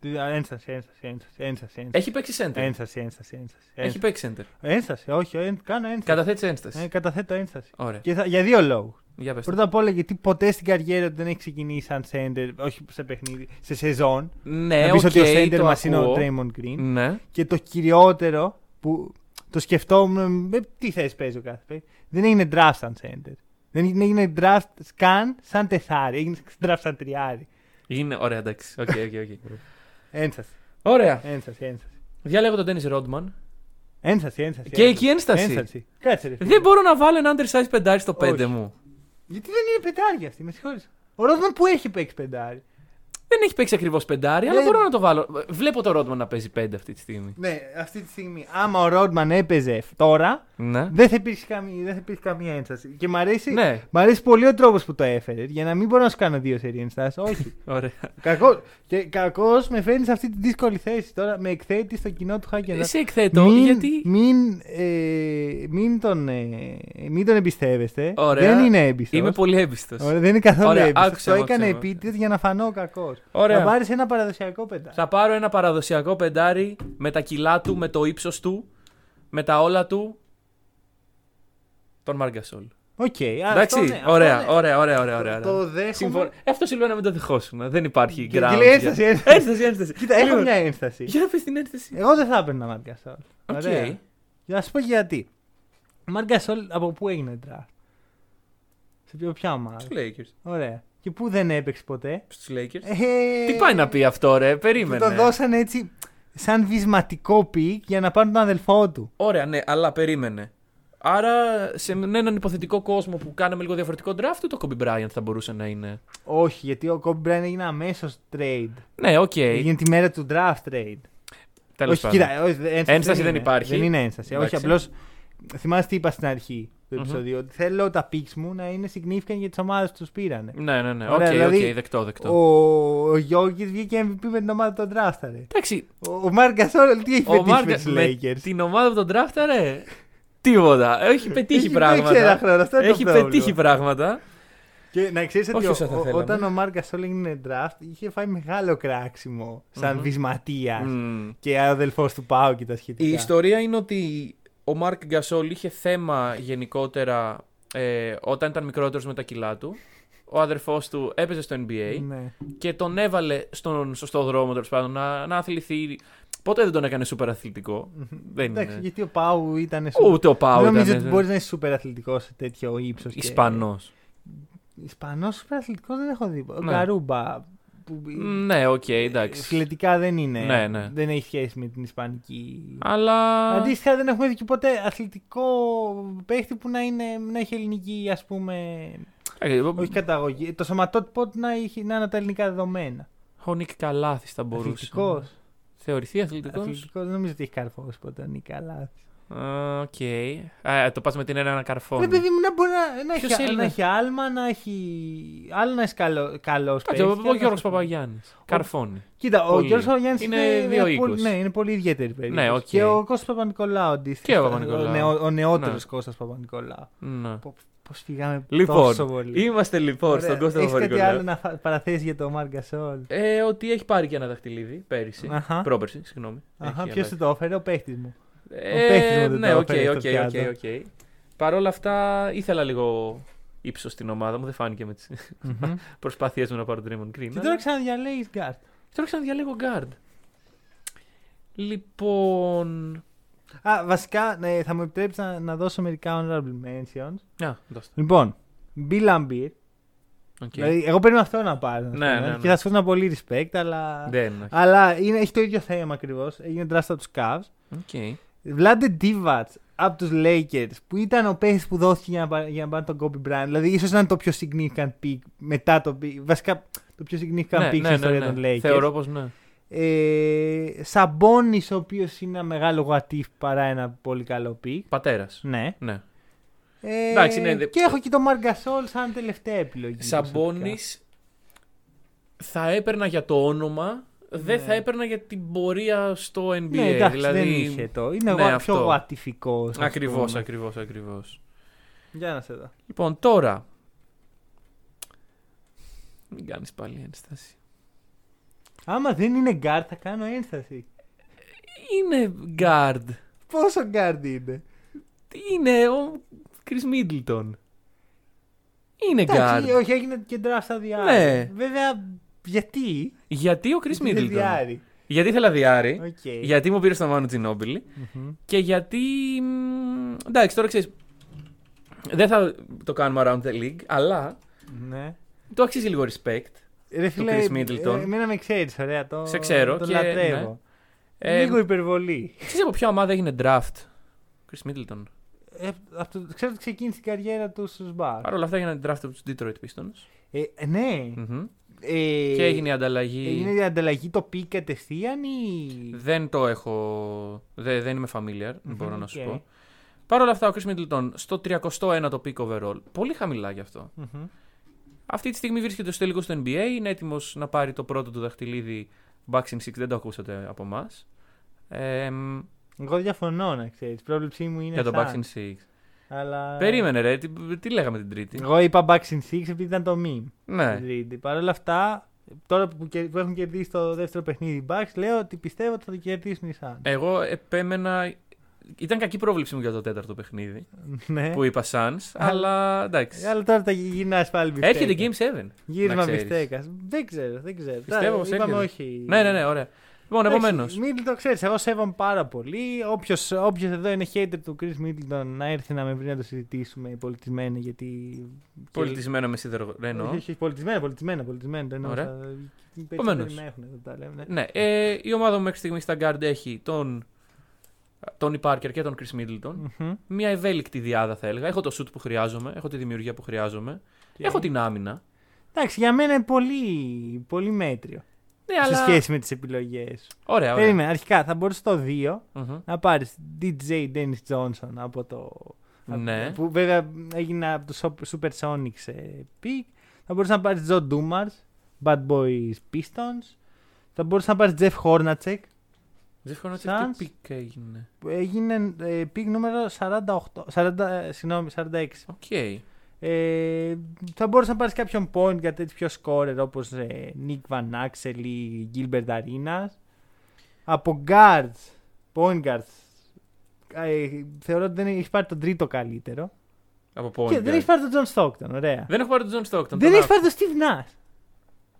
Speaker 3: Τι- α, Ένσταση, ένσταση, ένσταση, ένσταση. ένσταση.
Speaker 4: Έχει παίξει center.
Speaker 3: Ένσταση, ένσταση, ένσταση.
Speaker 4: Έχει
Speaker 3: ένσταση.
Speaker 4: παίξει center.
Speaker 3: Ένσταση, όχι, εν- κάνω ένσταση.
Speaker 4: Καταθέτει ένσταση.
Speaker 3: Ε, Καταθέτω ένσταση.
Speaker 4: Ωραία.
Speaker 3: Και θα- για δύο λόγους.
Speaker 4: Για πες. το.
Speaker 3: Πρώτα απ' όλα γιατί ποτέ στην καριέρα του δεν έχει ξεκινήσει σαν center, όχι σε παιχνίδι, σε σεζόν.
Speaker 4: Ναι,
Speaker 3: να πεις ότι ο
Speaker 4: οκ,
Speaker 3: center
Speaker 4: το
Speaker 3: μας είναι ο
Speaker 4: ακούω.
Speaker 3: Draymond Green.
Speaker 4: Ναι.
Speaker 3: Και το κυριότερο που το σκεφτόμουν, με τι θέση παίζει ο κάθε παίκτη, δεν έγινε draft σαν center. Δεν έγινε- έγινε draft καν σαν τεσάρι, έγινε draft σαν τριάρι.
Speaker 4: Είναι, ωραία, εντάξει. Οκ, οκ, οκ.
Speaker 3: Ένσταση,
Speaker 4: Ωραία.
Speaker 3: ένσταση, ένσταση.
Speaker 4: Διαλέγω τον Dennis Rodman.
Speaker 3: Ένσταση, ένσταση.
Speaker 4: Και εκεί ένσταση.
Speaker 3: Ένσταση. Κάτσε ρε. φίλε.
Speaker 4: Δεν μπορώ να βάλω ένα undersize πεντάρι στο πέντε
Speaker 3: Όχι.
Speaker 4: μου.
Speaker 3: Γιατί δεν είναι πεντάρι αυτή, με συγχωρείτε. Ο Ρόδμαν που έχει παίξει πεντάρι.
Speaker 4: Δεν έχει παίξει ακριβώς πεντάρι, αλλά
Speaker 3: Δεν-
Speaker 4: μπορώ να το βάλω. Βλέπω το Rodman να παίζει πέντε αυτή τη στιγμή.
Speaker 3: Ναι, αυτή τη στιγμή. Άμα ο Ρόντμαν έπαιζε τώρα,
Speaker 4: Ναι.
Speaker 3: δεν θα υπήρχε καμία, δεν θα υπήρχε καμία ένσταση. Και μ' αρέσει,
Speaker 4: Ναι.
Speaker 3: μ' αρέσει πολύ ο τρόπος που το έφερε. Για να μην μπορώ να σου κάνω δύο σερή ενστάσεις. Όχι.
Speaker 4: Ωραία.
Speaker 3: Κακό. Και κακώ με φέρνεις σε αυτή τη δύσκολη θέση τώρα. Με εκθέτει στο κοινό του Χάκερ.
Speaker 4: Σε εκθέτω, γιατί.
Speaker 3: Μην, ε, μην, τον, ε, μην τον εμπιστεύεστε.
Speaker 4: Ωραία.
Speaker 3: Δεν είναι έμπιστος.
Speaker 4: Είμαι πολύ έμπιστος.
Speaker 3: Ωραία, δεν είναι καθόλου
Speaker 4: Ωραία,
Speaker 3: έμπιστος.
Speaker 4: άκουσα
Speaker 3: Το
Speaker 4: εγώ,
Speaker 3: έκανε
Speaker 4: ξέρω.
Speaker 3: επίτηδες για να φανώ κακός.
Speaker 4: Ωραία.
Speaker 3: Να πάρεις ένα παραδοσιακό πεντάρι.
Speaker 4: Θα πάρω ένα παραδοσιακό πεντάρι με τα κιλά του, με το ύψος του, με τα όλα του. Τον Μαργκασόλ.
Speaker 3: Οκ, okay,
Speaker 4: Εντάξει. ωραία, ωραία, ωραία, ωραία,
Speaker 3: Το-
Speaker 4: ωραία.
Speaker 3: ναι,
Speaker 4: ναι.
Speaker 3: το δέχομαι.
Speaker 4: Αυτό σου λέω να μην το δεχόσουν. Δεν υπάρχει
Speaker 3: Και-
Speaker 4: ground.
Speaker 3: και λέει ένσταση, ένσταση.
Speaker 4: ένσταση. ένσταση.
Speaker 3: Κοίτα, έχω
Speaker 4: Λοιπόν,
Speaker 3: μια ένσταση.
Speaker 4: Για να πει την ένσταση.
Speaker 3: Εγώ δεν θα έπαιρνα Μάρκα Σόλ.
Speaker 4: Οκ.
Speaker 3: Ωραία. Να σου πω γιατί. Μάρκα Σόλ από πού έγινε draft. Σε ποιο, ποια ομάδα.
Speaker 4: Στους Lakers.
Speaker 3: Ωραία. Και πού δεν έπαιξε ποτέ.
Speaker 4: Στους Lakers.
Speaker 3: Ε,
Speaker 4: Τι πάει να πει αυτό, ρε,
Speaker 3: Του
Speaker 4: περίμενε.
Speaker 3: το δώσανε έτσι σαν βυσματικό πικ για να πάρουν τον αδελφό του.
Speaker 4: Ωραία, ναι, αλλά περίμενε. Άρα σε έναν υποθετικό κόσμο που κάναμε λίγο διαφορετικό draft, ούτε ο Kobe Bryant θα μπορούσε να είναι.
Speaker 3: Όχι, γιατί ο Kobe Bryant έγινε αμέσως trade.
Speaker 4: Ναι, οκ.
Speaker 3: Έγινε τη μέρα του draft trade.
Speaker 4: Τέλος
Speaker 3: όχι,
Speaker 4: πάντων.
Speaker 3: κοίτα, όχι, ένσταση,
Speaker 4: Ένσταση δεν
Speaker 3: είναι.
Speaker 4: υπάρχει.
Speaker 3: Δεν είναι ένσταση.
Speaker 4: Εντάξει.
Speaker 3: Όχι, απλώς. Θυμάσαι τι είπα στην αρχή του
Speaker 4: Μμμ.
Speaker 3: επεισοδίου. Ότι θέλω τα picks μου να είναι significant για τις ομάδες τους πήρανε.
Speaker 4: Ναι, ναι, ναι. Οκ,
Speaker 3: Ωραία, δηλαδή,
Speaker 4: οκ, δεκτό, δεκτό.
Speaker 3: Ο, ο Γιώργης βγήκε MVP με την ομάδα των Draftare.
Speaker 4: Εντάξει.
Speaker 3: Ο, ο Μάρκας Σόρελ τι έχει
Speaker 4: Ο
Speaker 3: πετύχει με
Speaker 4: Μάρκα
Speaker 3: τους
Speaker 4: με
Speaker 3: Lakers.
Speaker 4: την ομάδα που τον τράφταρε. Τίποτα. Έχει πετύχει
Speaker 3: Έχει παίξει ένα
Speaker 4: πράγματα.
Speaker 3: χρόνο, αυτό είναι το
Speaker 4: Έχει
Speaker 3: πρόβλημα.
Speaker 4: πετύχει πράγματα.
Speaker 3: Και να ξέρεις ότι
Speaker 4: Όχι
Speaker 3: ο-
Speaker 4: όσα θα
Speaker 3: ο-
Speaker 4: θέλαμε.
Speaker 3: όταν ο Μάρκα Σόρελ έγινε draft είχε φάει μεγάλο κράξιμο σαν mm
Speaker 4: Μμμ.
Speaker 3: και αδελφός του Πάου και τα σχετικά.
Speaker 4: Η ιστορία είναι ότι ο Μάρκ Γκασόλ είχε θέμα γενικότερα ε, όταν ήταν μικρότερος με τα κιλά του. Ο αδερφός του έπαιζε στο NBA
Speaker 3: Ναι.
Speaker 4: και τον έβαλε στον σωστό δρόμο τέλος πάντων να, να αθληθεί. Ποτέ δεν τον έκανε σούπερ αθλητικό. δεν
Speaker 3: Εντάξει,
Speaker 4: είναι.
Speaker 3: γιατί ο Πάου ήταν. σου-
Speaker 4: Ούτε ο Πάου
Speaker 3: Δεν νομίζω
Speaker 4: ήταν,
Speaker 3: ότι
Speaker 4: ε,
Speaker 3: μπορείς να είσαι σούπερ αθλητικός σε τέτοιο ύψος.
Speaker 4: Ισπανός.
Speaker 3: Ισπανός σούπερ αθλητικός δεν έχω δει. Ο
Speaker 4: Ναι.
Speaker 3: Καρούμπα. Που...
Speaker 4: Ναι, οκ,
Speaker 3: Ε,
Speaker 4: εντάξει.
Speaker 3: Αθλητικά δεν είναι.
Speaker 4: Ναι, ναι.
Speaker 3: Δεν έχει σχέση με την Ισπανική.
Speaker 4: Αλλά.
Speaker 3: Αντίστοιχα δεν έχουμε δει και ποτέ αθλητικό παίχτη που να, είναι, να έχει ελληνική ας πούμε,
Speaker 4: Ε,
Speaker 3: όχι καταγωγή, το σωματότυπο του να, έχει, να είναι τα ελληνικά δεδομένα.
Speaker 4: Ο Νίκ Καλάθης θα μπορούσε.
Speaker 3: Αθλητικός.
Speaker 4: Θεωρηθεί αθλητικός.
Speaker 3: Αθλητικός, δεν νομίζω ότι έχει καρφώσει ποτέ ο Νίκα Λάθης.
Speaker 4: Οκ. Α, ε, το πας με την ένα να καρφώνει.
Speaker 3: Ρε παιδί μου, να μπορεί να, να,
Speaker 4: Λοιπόν, Ποιος
Speaker 3: έχει,
Speaker 4: Έλληνας?
Speaker 3: να έχει άλμα, να έχει. άλλο να είσαι καλό καλός
Speaker 4: Κάτσε,
Speaker 3: παίκτης,
Speaker 4: ο, ο
Speaker 3: άλλο
Speaker 4: Γιώργο
Speaker 3: να-
Speaker 4: Παπαγιάννης. Καρφώνει.
Speaker 3: Κοίτα, ο
Speaker 4: Πολύ.
Speaker 3: Γιώργος Παπαγιάννης
Speaker 4: Είναι
Speaker 3: είναι, μια
Speaker 4: 2,20.
Speaker 3: πολύ, ναι, είναι πολύ ιδιαίτερη περίπτωση.
Speaker 4: οκ.
Speaker 3: Και ο Κώστας Παπα-Νικολάου αντίστοιχα.
Speaker 4: Και ο Παπα-Νικολάου.
Speaker 3: Ο, νεο- ο νεότερος
Speaker 4: Ναι.
Speaker 3: Κώστας Παπα-Νικολάου.
Speaker 4: Ναι.
Speaker 3: Πώ φύγαμε
Speaker 4: Λοιπόν,
Speaker 3: τόσο πολύ.
Speaker 4: είμαστε λοιπόν
Speaker 3: Ωραία.
Speaker 4: στον Κώστα
Speaker 3: Έχεις κάτι άλλο
Speaker 4: Παπαγιάννη.
Speaker 3: να φα- παραθέσεις για το Μάρκα Σόλ.
Speaker 4: Ε, ότι έχει πάρει και ένα δαχτυλίδι πέρυσι.
Speaker 3: Αχα.
Speaker 4: Πρόπερσι, συγγνώμη.
Speaker 3: Αχα,
Speaker 4: Έχει
Speaker 3: ποιος
Speaker 4: αλλάξει.
Speaker 3: του το έφερε, ο παίχτης μου.
Speaker 4: Ε,
Speaker 3: παίκτης μου δεν
Speaker 4: ναι,
Speaker 3: το
Speaker 4: οκ,
Speaker 3: έφερε στο
Speaker 4: οκ, οκ,
Speaker 3: πιάτο.
Speaker 4: οκ. Παρ' όλα αυτά, ήθελα λίγο ύψος στην ομάδα μου. Δεν φάνηκε με τις προσπάθειές μου να πάρω τον Draymond Green.
Speaker 3: Και
Speaker 4: αλλά-
Speaker 3: τώρα ξαναδιαλέγεις γκάρτ.
Speaker 4: Τώρα ξαναδιαλέγω guard. Λοιπόν.
Speaker 3: Α, βασικά ναι, θα μου επιτρέψεις να, να δώσω μερικά honorable mentions.
Speaker 4: Α, δώστε.
Speaker 3: Λοιπόν, Bill Lambert.
Speaker 4: Οκ.
Speaker 3: Δηλαδή, εγώ παίρνω αυτό να πάρω. να σου
Speaker 4: Ναι,
Speaker 3: πω, ε,
Speaker 4: ναι, ναι.
Speaker 3: Και θα σου δώσω ένα πολύ respect, αλλά.
Speaker 4: Δεν. όχι.
Speaker 3: Αλλά είναι, έχει το ίδιο θέμα ακριβώς. Έγινε draft από τους Cavs.
Speaker 4: Οκ.
Speaker 3: Βλάντε Divac από τους Lakers που ήταν ο παίχτης που δόθηκε για να, πα- για να πάρει τον Kobe Bryant. Δηλαδή, ίσως ήταν το πιο significant pick μετά το pick. Βασικά, το πιο significant
Speaker 4: Ναι,
Speaker 3: pick στην
Speaker 4: ναι, ναι,
Speaker 3: ιστορία
Speaker 4: ναι.
Speaker 3: των Lakers.
Speaker 4: Θεωρώ πως ναι.
Speaker 3: Ε, Σαμπόνι, ο οποίος είναι ένα μεγάλο γουατίφ παρά ένα πολύ καλό pick.
Speaker 4: Πατέρας.
Speaker 3: Ναι.
Speaker 4: Ναι.
Speaker 3: Ε,
Speaker 4: Εντάξει, ναι, δε-
Speaker 3: Και έχω και τον Μαργκασόλ σαν τελευταία επιλογή.
Speaker 4: Σαμπόνι θα έπαιρνα για το όνομα, δεν
Speaker 3: Ναι.
Speaker 4: θα έπαιρνα για την πορεία στο NBA.
Speaker 3: Ναι, εντάξει,
Speaker 4: Ε, δηλαδή...
Speaker 3: δεν είχε το. Είναι
Speaker 4: Ναι,
Speaker 3: γουα-
Speaker 4: αυτό.
Speaker 3: πιο γουατιφικό.
Speaker 4: Ακριβώ, ακριβώς, ακριβώς.
Speaker 3: Για να σε δω.
Speaker 4: Λοιπόν, τώρα. Μην κάνεις πάλι ένσταση.
Speaker 3: Άμα δεν είναι guard, θα κάνω ένσταση.
Speaker 4: Είναι guard.
Speaker 3: Πόσο guard είναι.
Speaker 4: Είναι ο Chris Middleton. Είναι Ε, guard.
Speaker 3: Εντάξει, όχι, έγινε και draft αδιάρρη.
Speaker 4: Ναι.
Speaker 3: Βέβαια, γιατί.
Speaker 4: Γιατί ο Chris
Speaker 3: είναι
Speaker 4: Middleton. Ε,
Speaker 3: διάρρη.
Speaker 4: Γιατί ήθελα διάρη.
Speaker 3: Οκ.
Speaker 4: Γιατί μου πήρε στο Μάνο Τζινόμπιλι.
Speaker 3: Μμμ.
Speaker 4: Και γιατί. μ, Εντάξει, τώρα ξέρεις. Δεν θα το κάνουμε around the league, αλλά
Speaker 3: Ναι.
Speaker 4: το αξίζει λίγο respect.
Speaker 3: Ρε φίλε,
Speaker 4: Chris Middleton.
Speaker 3: ε, εμένα με ξέρεις, ωραία. Το,
Speaker 4: Σε ξέρω
Speaker 3: τον
Speaker 4: και-
Speaker 3: λατρεύω.
Speaker 4: Ε,
Speaker 3: Λίγο υπερβολή.
Speaker 4: Ξέρεις από ποια ομάδα έγινε draft. Chris Middleton.
Speaker 3: Ε, από το, ξέρω ότι ξεκίνησε την καριέρα του στους μπαρ.
Speaker 4: Παρ' όλα αυτά έγινε draft από τους Detroit Pistons.
Speaker 3: Ε, ναι.
Speaker 4: Μμμ.
Speaker 3: Ε,
Speaker 4: Και έγινε η ανταλλαγή.
Speaker 3: Έγινε η ανταλλαγή το πι κατευθείαν ή...
Speaker 4: Δεν το έχω. δε- δεν είμαι familiar, δεν μπορώ να σου
Speaker 3: οκ.
Speaker 4: πω. Παρ' όλα αυτά, ο Chris Middleton στο 31ο pick overall. Πολύ χαμηλά γι' αυτό.
Speaker 3: Μμμ.
Speaker 4: Αυτή τη στιγμή βρίσκεται στο τελικό στο NBA. Είναι έτοιμος να πάρει το πρώτο του δαχτυλίδι Bucks in Six. Δεν το ακούσατε από εμάς.
Speaker 3: Εγώ διαφωνώ να ξέρεις. Η πρόβλεψή μου είναι
Speaker 4: για το Bucks in
Speaker 3: σαν,
Speaker 4: Six.
Speaker 3: αλλά...
Speaker 4: Περίμενε, ρε. Τι, τι λέγαμε την Τρίτη.
Speaker 3: Ε. Εγώ είπα Bucks in Six επειδή ήταν το meme.
Speaker 4: ναι.
Speaker 3: Ναι. Παρ' όλα αυτά, τώρα που, κερ- που έχουν κερδίσει το δεύτερο παιχνίδι οι Bucks, λέω ότι πιστεύω ότι θα το κερδίσουν οι Suns.
Speaker 4: Εγώ επέμενα. Ήταν κακή πρόβλεψη μου για το τέταρτο παιχνίδι
Speaker 3: ναι.
Speaker 4: που είπα Suns, αλλά εντάξει.
Speaker 3: Ε, Αλλά τώρα τα γυρνάς πάλι μυστέκα.
Speaker 4: Έρχεται Game 7.
Speaker 3: Γύρισμα
Speaker 4: να ξέρεις.
Speaker 3: μυστέκας. Δεν ξέρω, δεν ξέρω.
Speaker 4: Πιστεύω
Speaker 3: Τώρα,
Speaker 4: πως
Speaker 3: Είπαμε
Speaker 4: έρχεται.
Speaker 3: όχι.
Speaker 4: Ναι, ναι, ναι, ωραία. Λοιπόν, επομένω.
Speaker 3: Μίτλ το ξέρεις. Εγώ σέβομαι πάρα πολύ. Όποιος όποιος εδώ είναι hater του Chris Middleton να έρθει να με βρει να το συζητήσουμε πολιτισμένο. Γιατί.
Speaker 4: Πολιτισμένο με σίδερο ναι,
Speaker 3: Όχι,
Speaker 4: Ρένο.
Speaker 3: όχι, πολιτισμένο, πολιτισμένο. πολιτισμένο το εννοούσα.
Speaker 4: Ωραία.
Speaker 3: Οι περισσότεροι
Speaker 4: Επομένως.
Speaker 3: με έχουν εδώ τα λέμε.
Speaker 4: Ναι, ε, η ομάδα μου μέχρι στιγμής στα guard έχει τον Τόνι Πάρκερ και τον Chris Middleton.
Speaker 3: Μμμ.
Speaker 4: Μια ευέλικτη διάδα θα έλεγα. Έχω το shoot που χρειάζομαι, έχω τη δημιουργία που χρειάζομαι,
Speaker 3: Τι
Speaker 4: έχω
Speaker 3: έγινε.
Speaker 4: την άμυνα.
Speaker 3: Εντάξει, για μένα είναι πολύ, πολύ μέτριο.
Speaker 4: Ναι,
Speaker 3: Σε
Speaker 4: αλλά...
Speaker 3: σχέση με τις επιλογές σου.
Speaker 4: Ωραία, ωραία.
Speaker 3: Περίμενε, αρχικά θα μπορούσε το 2
Speaker 4: Μμμ.
Speaker 3: να πάρεις DJ Dennis Johnson από το.
Speaker 4: Ναι.
Speaker 3: από- Που βέβαια έγινε από το Sop- Super Sonics ε, pick. Θα μπορούσε να πάρεις Joe Dumars, Bad Boys Pistons. Θα μπορούσε να πάρεις Jeff Hornacek.
Speaker 4: Δεν έχω να τι
Speaker 3: Suns.
Speaker 4: pick έγινε.
Speaker 3: που Έγινε ε, pick νούμερο 48, 40, ε, συγγνώμη, 46.
Speaker 4: Οκ.
Speaker 3: Ε, θα μπορούσε να πάρεις κάποιον point για τέτοιου πιο scorer όπως ε, Nick Van Axel ή Gilbert Arenas. Από guards, point guards, ε, θεωρώ ότι δεν έχει πάρει τον τρίτο καλύτερο.
Speaker 4: Από point
Speaker 3: και
Speaker 4: guard.
Speaker 3: δεν έχει πάρει τον John Stockton, ωραία.
Speaker 4: Δεν έχω πάρει τον John Stockton.
Speaker 3: δεν
Speaker 4: τον
Speaker 3: έχει
Speaker 4: άκου-
Speaker 3: πάρει τον Steve Nash.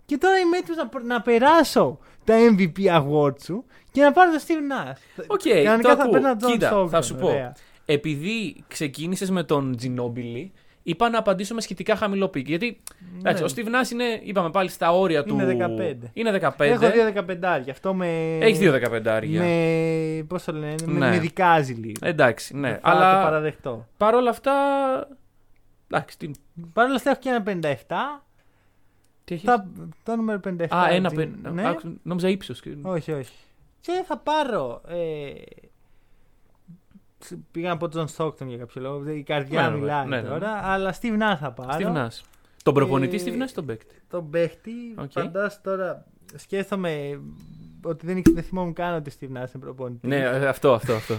Speaker 3: Και τώρα είμαι έτοιμος να, προ- να περάσω τα MVP award σου και να πάρω τον Steve Nash.
Speaker 4: Οκ,
Speaker 3: Κανονικά
Speaker 4: το
Speaker 3: θα
Speaker 4: ακούω.
Speaker 3: παίρνα τον John
Speaker 4: Κοίτα,
Speaker 3: Stockton.
Speaker 4: θα σου πω.
Speaker 3: ωραία.
Speaker 4: Επειδή ξεκίνησες με τον Τζινόμπιλι, είπα να απαντήσω με σχετικά χαμηλό πικ. Γιατί εντάξει, ο Στιβ Νάς είναι, είπαμε πάλι, στα όρια του.
Speaker 3: Ναι. Είναι 15.
Speaker 4: Είναι 15.
Speaker 3: Έχω δύο Ναι, δεκαπεντάρια. Αυτό με.
Speaker 4: Έχεις δύο δεκαπεντάρια.
Speaker 3: με, πώς το λένε, με,
Speaker 4: Ναι.
Speaker 3: με δικάζει λίγο.
Speaker 4: Εντάξει, ναι.
Speaker 3: θα το
Speaker 4: Αλλά
Speaker 3: παραδεχτώ.
Speaker 4: παρόλα αυτά. Εντάξει, τι,
Speaker 3: Παρ' όλα αυτά έχω και ένα 57.
Speaker 4: τι έχεις?
Speaker 3: Θα, το νούμερο 57.
Speaker 4: Α, ένα
Speaker 3: έτσι,
Speaker 4: πεν.
Speaker 3: Ναι.
Speaker 4: άκου, Νόμιζα ύψος.
Speaker 3: Όχι, όχι. Και θα πάρω. Ε, πήγα να πω Τζον Στόκτον για κάποιο λόγο. Η καρδιά
Speaker 4: Ναι, ναι,
Speaker 3: μιλάει
Speaker 4: ναι, ναι.
Speaker 3: τώρα. Αλλά Steve Nash θα πάρω.
Speaker 4: Στιβνά. Τον προπονητή
Speaker 3: Ε,
Speaker 4: Στιβνά ή τον παίκτη.
Speaker 3: Τον παίχτη.
Speaker 4: Οκ.
Speaker 3: Φαντάσου τώρα. Σκέφτομαι ότι δεν, ήξε- δεν θυμόμουν καν ότι Steve Nash είναι προπονητής.
Speaker 4: Ναι, ε, αυτό, αυτό, αυτό.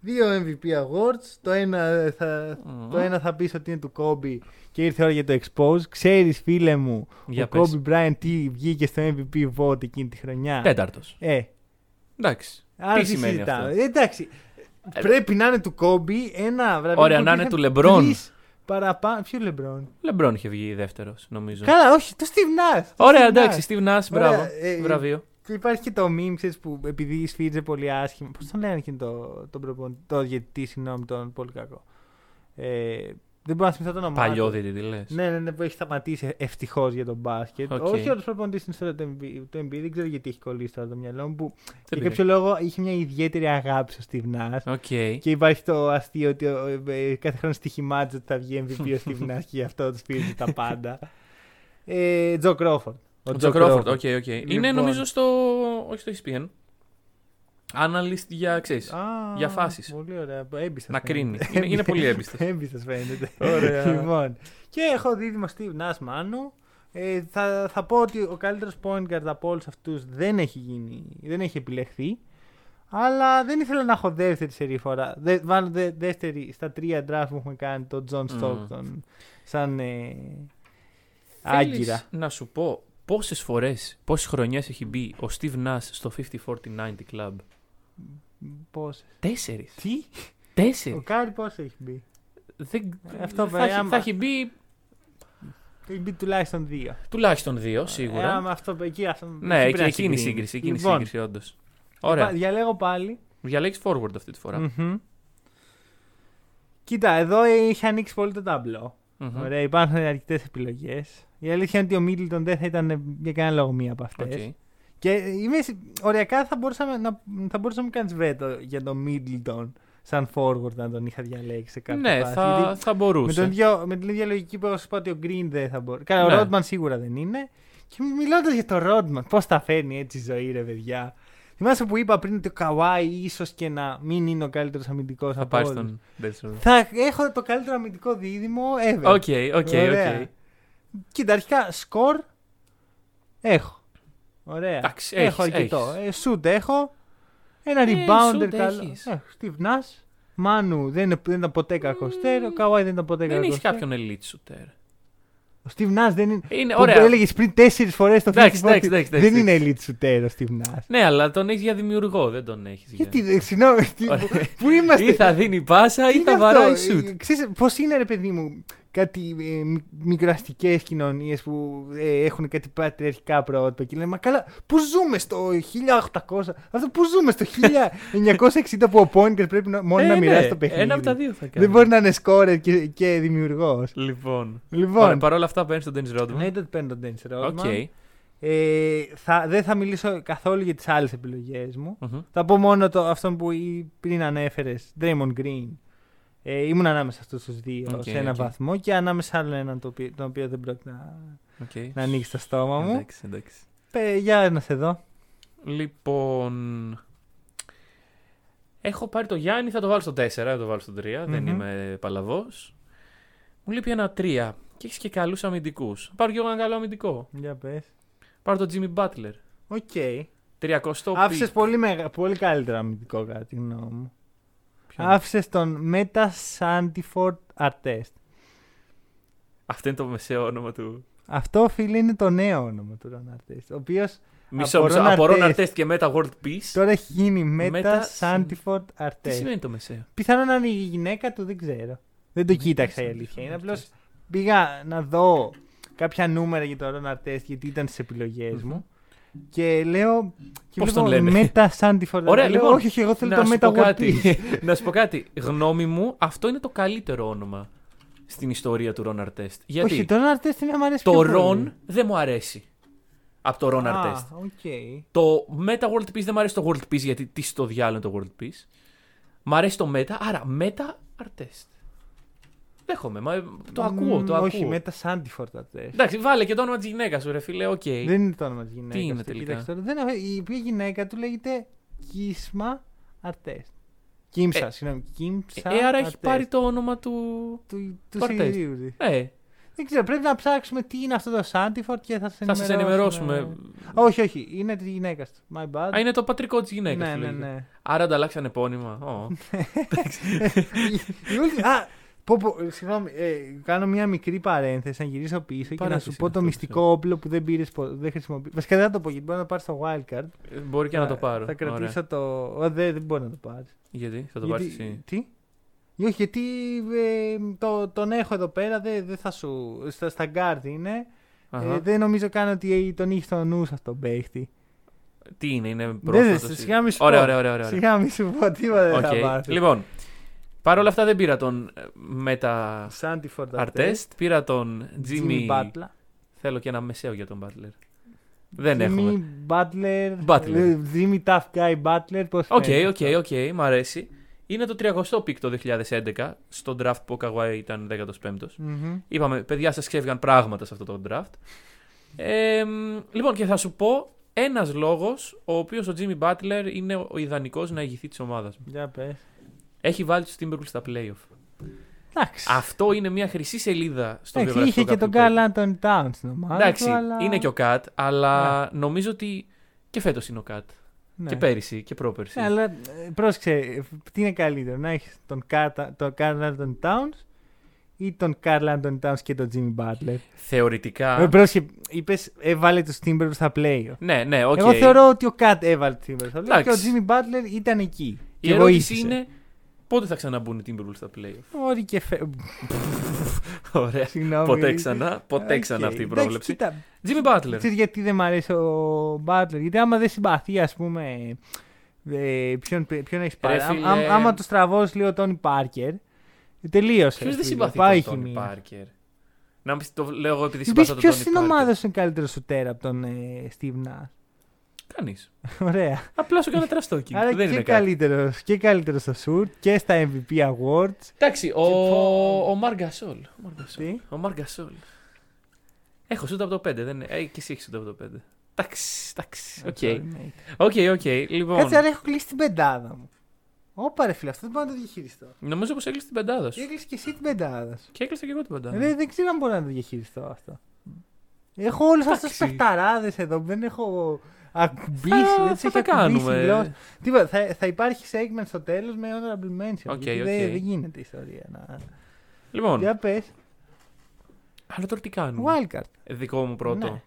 Speaker 3: Δύο MVP awards. Το ένα ε, θα,
Speaker 4: Μμμ.
Speaker 3: το ένα θα πεις ότι είναι του Kobe και ήρθε η ώρα για το expose. Ξέρεις φίλε μου,
Speaker 4: Για
Speaker 3: ο
Speaker 4: πες.
Speaker 3: Kobe Bryant τι βγήκε στο MVP vote εκείνη τη χρονιά.
Speaker 4: Τέταρτος.
Speaker 3: Ε,
Speaker 4: Εντάξει.
Speaker 3: άρα τι
Speaker 4: σημαίνει
Speaker 3: συζητάμε.
Speaker 4: αυτό? Ε,
Speaker 3: Ε, Εντάξει, πρέπει να είναι του Kobe ένα βραβείο.
Speaker 4: Ωραία,
Speaker 3: που
Speaker 4: να είναι
Speaker 3: υπήρχαν
Speaker 4: του LeBron.
Speaker 3: τρεις Παραπάνω. Ποιο Λεμπρόν.
Speaker 4: Λεμπρόν είχε βγει δεύτερος, νομίζω.
Speaker 3: Καλά, όχι, το Steve Nash. το
Speaker 4: Ωραία,
Speaker 3: Steve
Speaker 4: εντάξει,
Speaker 3: Nash.
Speaker 4: Steve Nash,
Speaker 3: Ωραία,
Speaker 4: μπράβο.
Speaker 3: ε,
Speaker 4: Βραβείο.
Speaker 3: Και υπάρχει και το meme, ξέρεις, που επειδή σφύριζε πολύ άσχημα. Πώς τον λένε εκείνο το, τον προπονητή, το διαιτητή, συγγνώμη, τον πολύ κακό. Ε, δεν μπορώ να θυμηθώ το όνομά του.
Speaker 4: Παλιό δηλαδή, λε.
Speaker 3: ε, Ναι, ναι, ναι, που έχει σταματήσει ευτυχώς για τον μπάσκετ.
Speaker 4: Οκ.
Speaker 3: Όχι όλος προπονητής στην ιστορία του NBA, του NBA, δεν ξέρω γιατί έχει κολλήσει τώρα το μυαλό μου. Που
Speaker 4: Δεν
Speaker 3: για κάποιο λόγο είχε μια ιδιαίτερη αγάπη στο Steve Nash.
Speaker 4: Οκ.
Speaker 3: Και υπάρχει το αστείο ότι ο- ε, ε, κάθε χρόνο στοιχημάτιζε ότι θα βγει MVP ο Steve Nash και γι' αυτό τους πήρε τα πάντα. Ε, Τζο Κρόφορντ.
Speaker 4: Ο Τζο Κρόφορντ, οκ, οκ. Είναι
Speaker 3: Λοιπόν.
Speaker 4: νομίζω στο. Όχι στο E ESPN. Analyst για ξέρεις.
Speaker 3: Α,
Speaker 4: Για φάσεις.
Speaker 3: Πολύ ωραία. Έμπιστας
Speaker 4: Να
Speaker 3: φαίνεται.
Speaker 4: κρίνει. Είναι- είναι πολύ έμπιστος.
Speaker 3: έμπιστος φαίνεται.
Speaker 4: Ωραία.
Speaker 3: λοιπόν, και έχω δίδυμο Steve Nash Μάνου. Ε, θα, θα πω ότι ο καλύτερος point guard από όλους αυτούς δεν έχει γίνει, δεν έχει επιλεχθεί. Αλλά δεν ήθελα να έχω δεύτερη σερή φορά. Δε, μάλλον δε- δεύτερη στα τρία draft που έχουμε κάνει τον John Stockton. Σαν ε, άγκυρα.
Speaker 4: Θέλεις να σου πω πόσες φορές, πόσες χρονιές έχει μπει ο Steve Nash στο 50-40-90 Club.
Speaker 3: Πώς.
Speaker 4: Τέσσερις.
Speaker 3: Τι? Ο
Speaker 4: Τέσσερις.
Speaker 3: Κάρι πώ έχει μπει.
Speaker 4: Δεν...
Speaker 3: Αυτό
Speaker 4: θα, έχει,
Speaker 3: άμα-
Speaker 4: θα έχει μπει
Speaker 3: Έχει μπει τουλάχιστον δύο.
Speaker 4: τουλάχιστον δύο,
Speaker 3: Ε,
Speaker 4: σίγουρα.
Speaker 3: άμα αυτό, εκεί, αυτό,
Speaker 4: ναι,
Speaker 3: εκεί πρέπει
Speaker 4: εκεί,
Speaker 3: να
Speaker 4: εκείνη η
Speaker 3: συγκρίνει.
Speaker 4: σύγκριση, εκείνη η
Speaker 3: Λοιπόν,
Speaker 4: σύγκριση όντως. Ωραία.
Speaker 3: πα- Διαλέγω πάλι.
Speaker 4: Διαλέγεις forward αυτή τη φορα
Speaker 3: Μμμ. Κοίτα, εδώ είχε ανοίξει πολύ το ταμπλό. Ωραία, υπάρχουν αρκετές επιλογές. Η αλήθεια είναι ότι ο Μίτλτον δεν θα ήταν ε, για κανένα λόγο μία από αυτές.
Speaker 4: Ναι,
Speaker 3: Και είμαι, σι- οριακά θα μπορούσαμε να, θα μπορούσαμε να κάνει βέτο για τον Μίτλτον σαν forward να τον είχα διαλέξει σε κάποια
Speaker 4: Ναι,
Speaker 3: φάση.
Speaker 4: θα,
Speaker 3: Γιατί
Speaker 4: θα
Speaker 3: με,
Speaker 4: μπορούσε.
Speaker 3: τον δυο, με την ίδια λογική που έχω σου πω ότι ο Green δεν θα μπορεί. Καλά,
Speaker 4: Ναι.
Speaker 3: ο Rodman σίγουρα δεν είναι. Και μιλώντας για τον Rodman, πώς τα φέρνει έτσι η ζωή, ρε παιδιά. Θυμάσαι που είπα πριν ότι ο Καουάι ίσως και να μην είναι ο καλύτερος αμυντικός
Speaker 4: Θα πάρει τον Μπέτσον.
Speaker 3: Θα έχω το καλύτερο αμυντικό δίδυμο ever.
Speaker 4: Οκ, οκ,
Speaker 3: Ωραία.
Speaker 4: οκ.
Speaker 3: Κοίτα, αρχικά σκορ έχω. Ωραία.
Speaker 4: Εντάξει,
Speaker 3: έχω
Speaker 4: έχεις,
Speaker 3: αρκετό.
Speaker 4: έχεις.
Speaker 3: Ε, σουτ έχω. Ένα
Speaker 4: Ε,
Speaker 3: rebounder
Speaker 4: shoot
Speaker 3: καλό.
Speaker 4: έχεις.
Speaker 3: Ε, Steve Nash. Μάνου δεν, είναι- δεν ήταν ποτέ κακοστέρ. Ο Καουάι δεν ήταν ποτέ
Speaker 4: Ε, Δεν έχει
Speaker 3: κακοστέρ.
Speaker 4: κάποιον elite shooter.
Speaker 3: Ο Steve Nash δεν είναι.
Speaker 4: Είναι
Speaker 3: Που
Speaker 4: ωραία.
Speaker 3: το έλεγες πριν τέσσερις φορές το
Speaker 4: Εντάξει,
Speaker 3: Fifty Forty.
Speaker 4: εντάξει, εντάξει,
Speaker 3: Δεν
Speaker 4: εντάξει.
Speaker 3: είναι elite shooter ο Steve Nash.
Speaker 4: Ναι, αλλά τον έχεις για δημιουργό, δεν τον έχεις.
Speaker 3: Γιατί, ε, συγγνώμη, τι- πού είμαστε.
Speaker 4: Ή θα δίνει πάσα ή θα βαράει σουτ.
Speaker 3: Ε, Ξέρεις πώς είναι ρε παιδί μου κάτι ε, μι- μικροαστικές κοινωνίες που ε, έχουν κάτι πατριαρχικά πρότυπα και λέμε μα καλά πού ζούμε στο 1800 αυτό πού ζούμε στο 1960 που ο Πόνικερ πρέπει να, μόνο
Speaker 4: Ε,
Speaker 3: να
Speaker 4: ναι,
Speaker 3: μοιράσει το παιχνίδι.
Speaker 4: Ένα από τα δύο θα κάνει.
Speaker 3: Δεν μπορεί να είναι σκόρερ και, και δημιουργός.
Speaker 4: Λοιπόν. Ωραία,
Speaker 3: Λοιπόν,
Speaker 4: παρόλα αυτά παίρνεις τον Dennis Rodman.
Speaker 3: ναι, δεν παίρνω τον Dennis
Speaker 4: Οκ.
Speaker 3: Rodman. Ε, θα, δεν θα μιλήσω καθόλου για τις άλλες επιλογές μου.
Speaker 4: Μμμ.
Speaker 3: Θα πω μόνο το, αυτόν που ή- πριν ανέφερες, Draymond Green. Ε, ήμουν ανάμεσα αυτούς τους δύο
Speaker 4: Οκ,
Speaker 3: σε έναν
Speaker 4: οκ.
Speaker 3: βαθμό και ανάμεσα άλλο έναν το οποίο, τον οποίο δεν πρόκειται να,
Speaker 4: Οκ.
Speaker 3: να ανοίξει το στόμα μου.
Speaker 4: Εντάξει, εντάξει.
Speaker 3: Πε, για να σε δω.
Speaker 4: Λοιπόν. Έχω πάρει το Γιάννη, θα το βάλω στο 4, θα το βάλω στο 3. Δεν
Speaker 3: Μμμ.
Speaker 4: είμαι παλαβός. Μου λείπει ένα 3 και έχεις και καλούς αμυντικούς. Πάρω και εγώ ένα καλό αμυντικό.
Speaker 3: Για πες.
Speaker 4: Πάρω τον Jimmy Butler.
Speaker 3: Οκ.
Speaker 4: 300
Speaker 3: Άφησες πολύ, μεγα- πολύ καλύτερο αμυντικό κατά τη γνώμη μου.
Speaker 4: Ποιο...
Speaker 3: Άφησες τον Μέτα Σάντιφορτ Αρτέστ.
Speaker 4: Αυτό είναι το μεσαίο όνομα του.
Speaker 3: Αυτό, φίλε, είναι το νέο όνομα του Ρον Αρτέστ. Ο οποίος
Speaker 4: Μισό,
Speaker 3: Απορώ
Speaker 4: μισό.
Speaker 3: να
Speaker 4: Απορώ να
Speaker 3: αρθές.
Speaker 4: τεστ και μετά World Peace.
Speaker 3: τώρα έχει γίνει Μέτα
Speaker 4: Meta
Speaker 3: Σάντιφορτ
Speaker 4: Τι
Speaker 3: Αρτέστ.
Speaker 4: σημαίνει το μεσαίο.
Speaker 3: Πιθανόν να είναι η γυναίκα του, δεν ξέρω. Δεν το κοίταξα η αλήθεια. Είναι απλώς πήγα να δω κάποια νούμερα για τον Ρον Αρτέστ γιατί ήταν στις επιλογές μου. Και λέω. Και
Speaker 4: Πώς
Speaker 3: βλέπω
Speaker 4: τον λένε?
Speaker 3: Μέτα Σάντιφορντ.
Speaker 4: Ωραία,
Speaker 3: Ε, λέω,
Speaker 4: λοιπόν.
Speaker 3: Όχι, όχι, εγώ θέλω
Speaker 4: να
Speaker 3: το
Speaker 4: σου
Speaker 3: Μέτα
Speaker 4: πω κάτι.
Speaker 3: Γουαρτί.
Speaker 4: να σου πω κάτι. Γνώμη μου, αυτό είναι το καλύτερο όνομα στην ιστορία του Ρον Αρτέστ. Γιατί
Speaker 3: Όχι, το Ρον Αρτέστ είναι να μ' αρέσει
Speaker 4: το
Speaker 3: πιο πολύ.
Speaker 4: Ρον δεν μου αρέσει. Από το Ρον
Speaker 3: Α,
Speaker 4: Αρτέστ.
Speaker 3: οκ.
Speaker 4: Το Meta World Peace δεν μου αρέσει το World Peace γιατί τι στο διάλογο είναι το World Peace. Μ' αρέσει το Meta, άρα Meta Artest. Δέχομαι, μα, ε, το ακούω, το
Speaker 3: Μ,
Speaker 4: ακούω.
Speaker 3: Όχι, Μέτα Σάντιφορντ Αρτέστ.
Speaker 4: Εντάξει, βάλε και το όνομα της γυναίκας σου, ρε φίλε, οκ.
Speaker 3: Δεν είναι το όνομα της γυναίκας.
Speaker 4: είναι τελικά?
Speaker 3: Η οποία γυναίκα του λέγεται Κίσμα Αρτέστ. Κίμψα, συγγνώμη. Κίμψα.
Speaker 4: Ε, άρα έχει
Speaker 3: Αρτέστ.
Speaker 4: πάρει το όνομα του.
Speaker 3: του, του
Speaker 4: το Αρτέστ.
Speaker 3: συγκρίου της.
Speaker 4: Ε,
Speaker 3: Δεν ξέρω, πρέπει να ψάξουμε τι είναι αυτό το Σάντιφορτ και θα σα
Speaker 4: θα σας
Speaker 3: ενημερώσουμε.
Speaker 4: ενημερώσουμε.
Speaker 3: Όχι, όχι, είναι της γυναίκας του. My bad.
Speaker 4: Α, είναι το πατρικό της γυναίκας.
Speaker 3: ναι, ναι, ναι.
Speaker 4: Άρα ανταλλάξανε επώνυμα. Ω.
Speaker 3: Η- η ούλτι- Α, πω, πω, συγγνώμη, ε, κάνω μια μικρή παρένθεση να γυρίσω πίσω και να
Speaker 4: Παρένθεση
Speaker 3: σου πω
Speaker 4: είναι
Speaker 3: το
Speaker 4: αυτό,
Speaker 3: μυστικό όπλο που δεν πήρες, δεν χρησιμοποιείς. Βασικά δεν θα το πω γιατί μπορεί να το πάρει στο wildcard.
Speaker 4: Ε, Μπορεί και να το πάρω.
Speaker 3: Θα
Speaker 4: Ωραία.
Speaker 3: κρατήσω το. Ω, δεν, δεν μπορεί να το πάρεις.
Speaker 4: Γιατί θα το πάρεις εσύ.
Speaker 3: Τι? Ή Όχι, γιατί ε, το, τον έχω εδώ πέρα, δεν δεν θα σου. Στα, στα guard είναι.
Speaker 4: Αχα.
Speaker 3: Ε, δεν νομίζω καν ότι ε, τον είχε στο νους σου αυτόν τον παίχτη.
Speaker 4: Τι είναι, είναι
Speaker 3: Δεν
Speaker 4: πρόσφατο.
Speaker 3: Ναι, σε- σιγά μη σου
Speaker 4: Ωραία,
Speaker 3: πω.
Speaker 4: ωραία, ωραία. ωραία.
Speaker 3: Σιγά μη σου πω, τίποτα δεν θα
Speaker 4: Οκ.
Speaker 3: πάρει.
Speaker 4: Λοιπόν, παρόλα αυτά δεν πήρα τον ε, Μέτα
Speaker 3: Σάντι Φορταρτέ,
Speaker 4: Αρτέστ, πήρα τον
Speaker 3: Τζίμι
Speaker 4: Τζίμι.
Speaker 3: Μπάτλα.
Speaker 4: Θέλω και ένα μεσαίο για τον Μπάτλερ. Δεν έχουμε.
Speaker 3: Τζίμι Μπάτλερ.
Speaker 4: Butler.
Speaker 3: Τζίμι ε, Tough Guy Μπάτλερ. Πώς
Speaker 4: Οκ, οκ, οκ, μ' αρέσει. Είναι το 30ο πικ το 2011, στο draft που ο Καουάι ήταν 15ο. Είπαμε, παιδιά, σας ξέφυγαν πράγματα σε αυτό το draft. Ε, μ, λοιπόν, και θα σου πω ένας λόγος ο οποίος ο Jimmy Butler είναι ο ιδανικός να ηγηθεί της ομάδας μου.
Speaker 3: Για πες.
Speaker 4: Έχει βάλει τους Timberwolves στα playoff.
Speaker 3: Εντάξει.
Speaker 4: Αυτό είναι μια χρυσή σελίδα στο
Speaker 3: Εντάξει,
Speaker 4: βιογραφικό
Speaker 3: είχε και τον
Speaker 4: κάποιου παίκτη.
Speaker 3: Καρλ Άντων Τάουν στην ομάδα.
Speaker 4: Εντάξει,
Speaker 3: του, αλλά-
Speaker 4: είναι και ο Κατ, αλλά νομίζω ότι και φέτος είναι ο Κατ.
Speaker 3: Ναι.
Speaker 4: Και πέρυσι και πρόπερσι.
Speaker 3: Ναι, αλλά ε, πρόσεξε, ε, τι είναι καλύτερο, να έχεις τον Carl τον Carl Towns ή τον Carl Towns και τον Jimmy Butler.
Speaker 4: Θεωρητικά.
Speaker 3: Ε, πρόσεξε, είπες, έβαλε τους Timberwolves στα play.
Speaker 4: Ναι, ναι, οκ.
Speaker 3: Εγώ θεωρώ ότι ο Κατ έβαλε τους Timberwolves στα play και ο
Speaker 4: Εντάξει.
Speaker 3: Jimmy Butler ήταν εκεί.
Speaker 4: Η
Speaker 3: και
Speaker 4: ερώτηση
Speaker 3: βοήθησε.
Speaker 4: είναι πότε θα ξαναμπούν οι Timberwolves στα playoff.
Speaker 3: Ότι και φε...
Speaker 4: Ωραία.
Speaker 3: Συγγνώμη.
Speaker 4: Ε, Ποτέ ξανά, ποτέ
Speaker 3: Ε, Οκ.
Speaker 4: ξανά αυτή η
Speaker 3: Εντάξει,
Speaker 4: πρόβλεψη.
Speaker 3: κοίτα,
Speaker 4: Jimmy Butler.
Speaker 3: Ξέρεις γιατί δεν μ' αρέσει ο Μπάτλερ. Γιατί άμα δεν συμπαθεί, ας πούμε. Ε, ποιον ποιον έχεις πάρει.
Speaker 4: φίλε.
Speaker 3: Άμα, άμα το στραβώσεις λίγο τον Πάρκερ. ε, Τελείωσες.
Speaker 4: Ποιος δεν
Speaker 3: φίλε.
Speaker 4: συμπαθεί
Speaker 3: Πάει
Speaker 4: τον
Speaker 3: η
Speaker 4: Τόνι
Speaker 3: χημεία.
Speaker 4: Πάρκερ. Να μου πεις, το λέω εγώ επειδή
Speaker 3: Μου
Speaker 4: συμπαθώ
Speaker 3: πεις
Speaker 4: τον
Speaker 3: ποιος
Speaker 4: Τόνι
Speaker 3: είναι ο ομάδα σου είναι καλύτερος σουτέρ από τον ε, Steve Nash.
Speaker 4: Κανεί.
Speaker 3: Ωραία.
Speaker 4: Απλά σου κάνω τραστόκινγκ.
Speaker 3: Άρα
Speaker 4: Δεν
Speaker 3: και
Speaker 4: είναι κάτι.
Speaker 3: καλύτερος, και καλύτερος στο σουτ και στα MVP Awards.
Speaker 4: Εντάξει, ο,
Speaker 3: πω-
Speaker 4: ο Μαργκασόλ. Ο Μαργκασόλ.
Speaker 3: Λοιπόν. Τι?
Speaker 4: Ο Μαργκασόλ. Έχω σούτ από το 5. Δεν... είναι- Ε, και εσύ έχεις σούτ από το 5. Εντάξει, εντάξει. Οκ.
Speaker 3: I'm sorry, mate.
Speaker 4: Οκ, οκ. Λοιπόν,
Speaker 3: Ε, Κάτσε, άρα έχω κλείσει την πεντάδα μου. Όπα ρε φίλε, αυτό δεν μπορώ να το διαχειριστώ.
Speaker 4: νομίζω πως έκλεισε την πεντάδα
Speaker 3: Και
Speaker 4: σου.
Speaker 3: έκλεισε και εσύ την πεντάδα σου.
Speaker 4: Και έκλεισα και εγώ την πεντάδα.
Speaker 3: Δεν, δεν ξέρω αν μπορώ να το διαχειριστώ αυτό. Έχω όλους αυτούς τους
Speaker 4: Εντάξει.
Speaker 3: παιχταράδες εδώ που δεν έχω ακουμπήσει.
Speaker 4: Θα-
Speaker 3: δεν τους
Speaker 4: θα
Speaker 3: έχω
Speaker 4: τα
Speaker 3: ακουμπήσει
Speaker 4: κάνουμε.
Speaker 3: γλώσσα. Τίποτα, θα, θα υπάρχει segment στο τέλος με honorable mention.
Speaker 4: Οκ,
Speaker 3: γιατί
Speaker 4: οκ.
Speaker 3: Δεν, δεν γίνεται η ιστορία. Να...
Speaker 4: Λοιπόν,
Speaker 3: Για πες.
Speaker 4: αλλά τώρα τι κάνουμε.
Speaker 3: Wildcard.
Speaker 4: Ε, Δικό μου πρώτο.
Speaker 3: Ναι.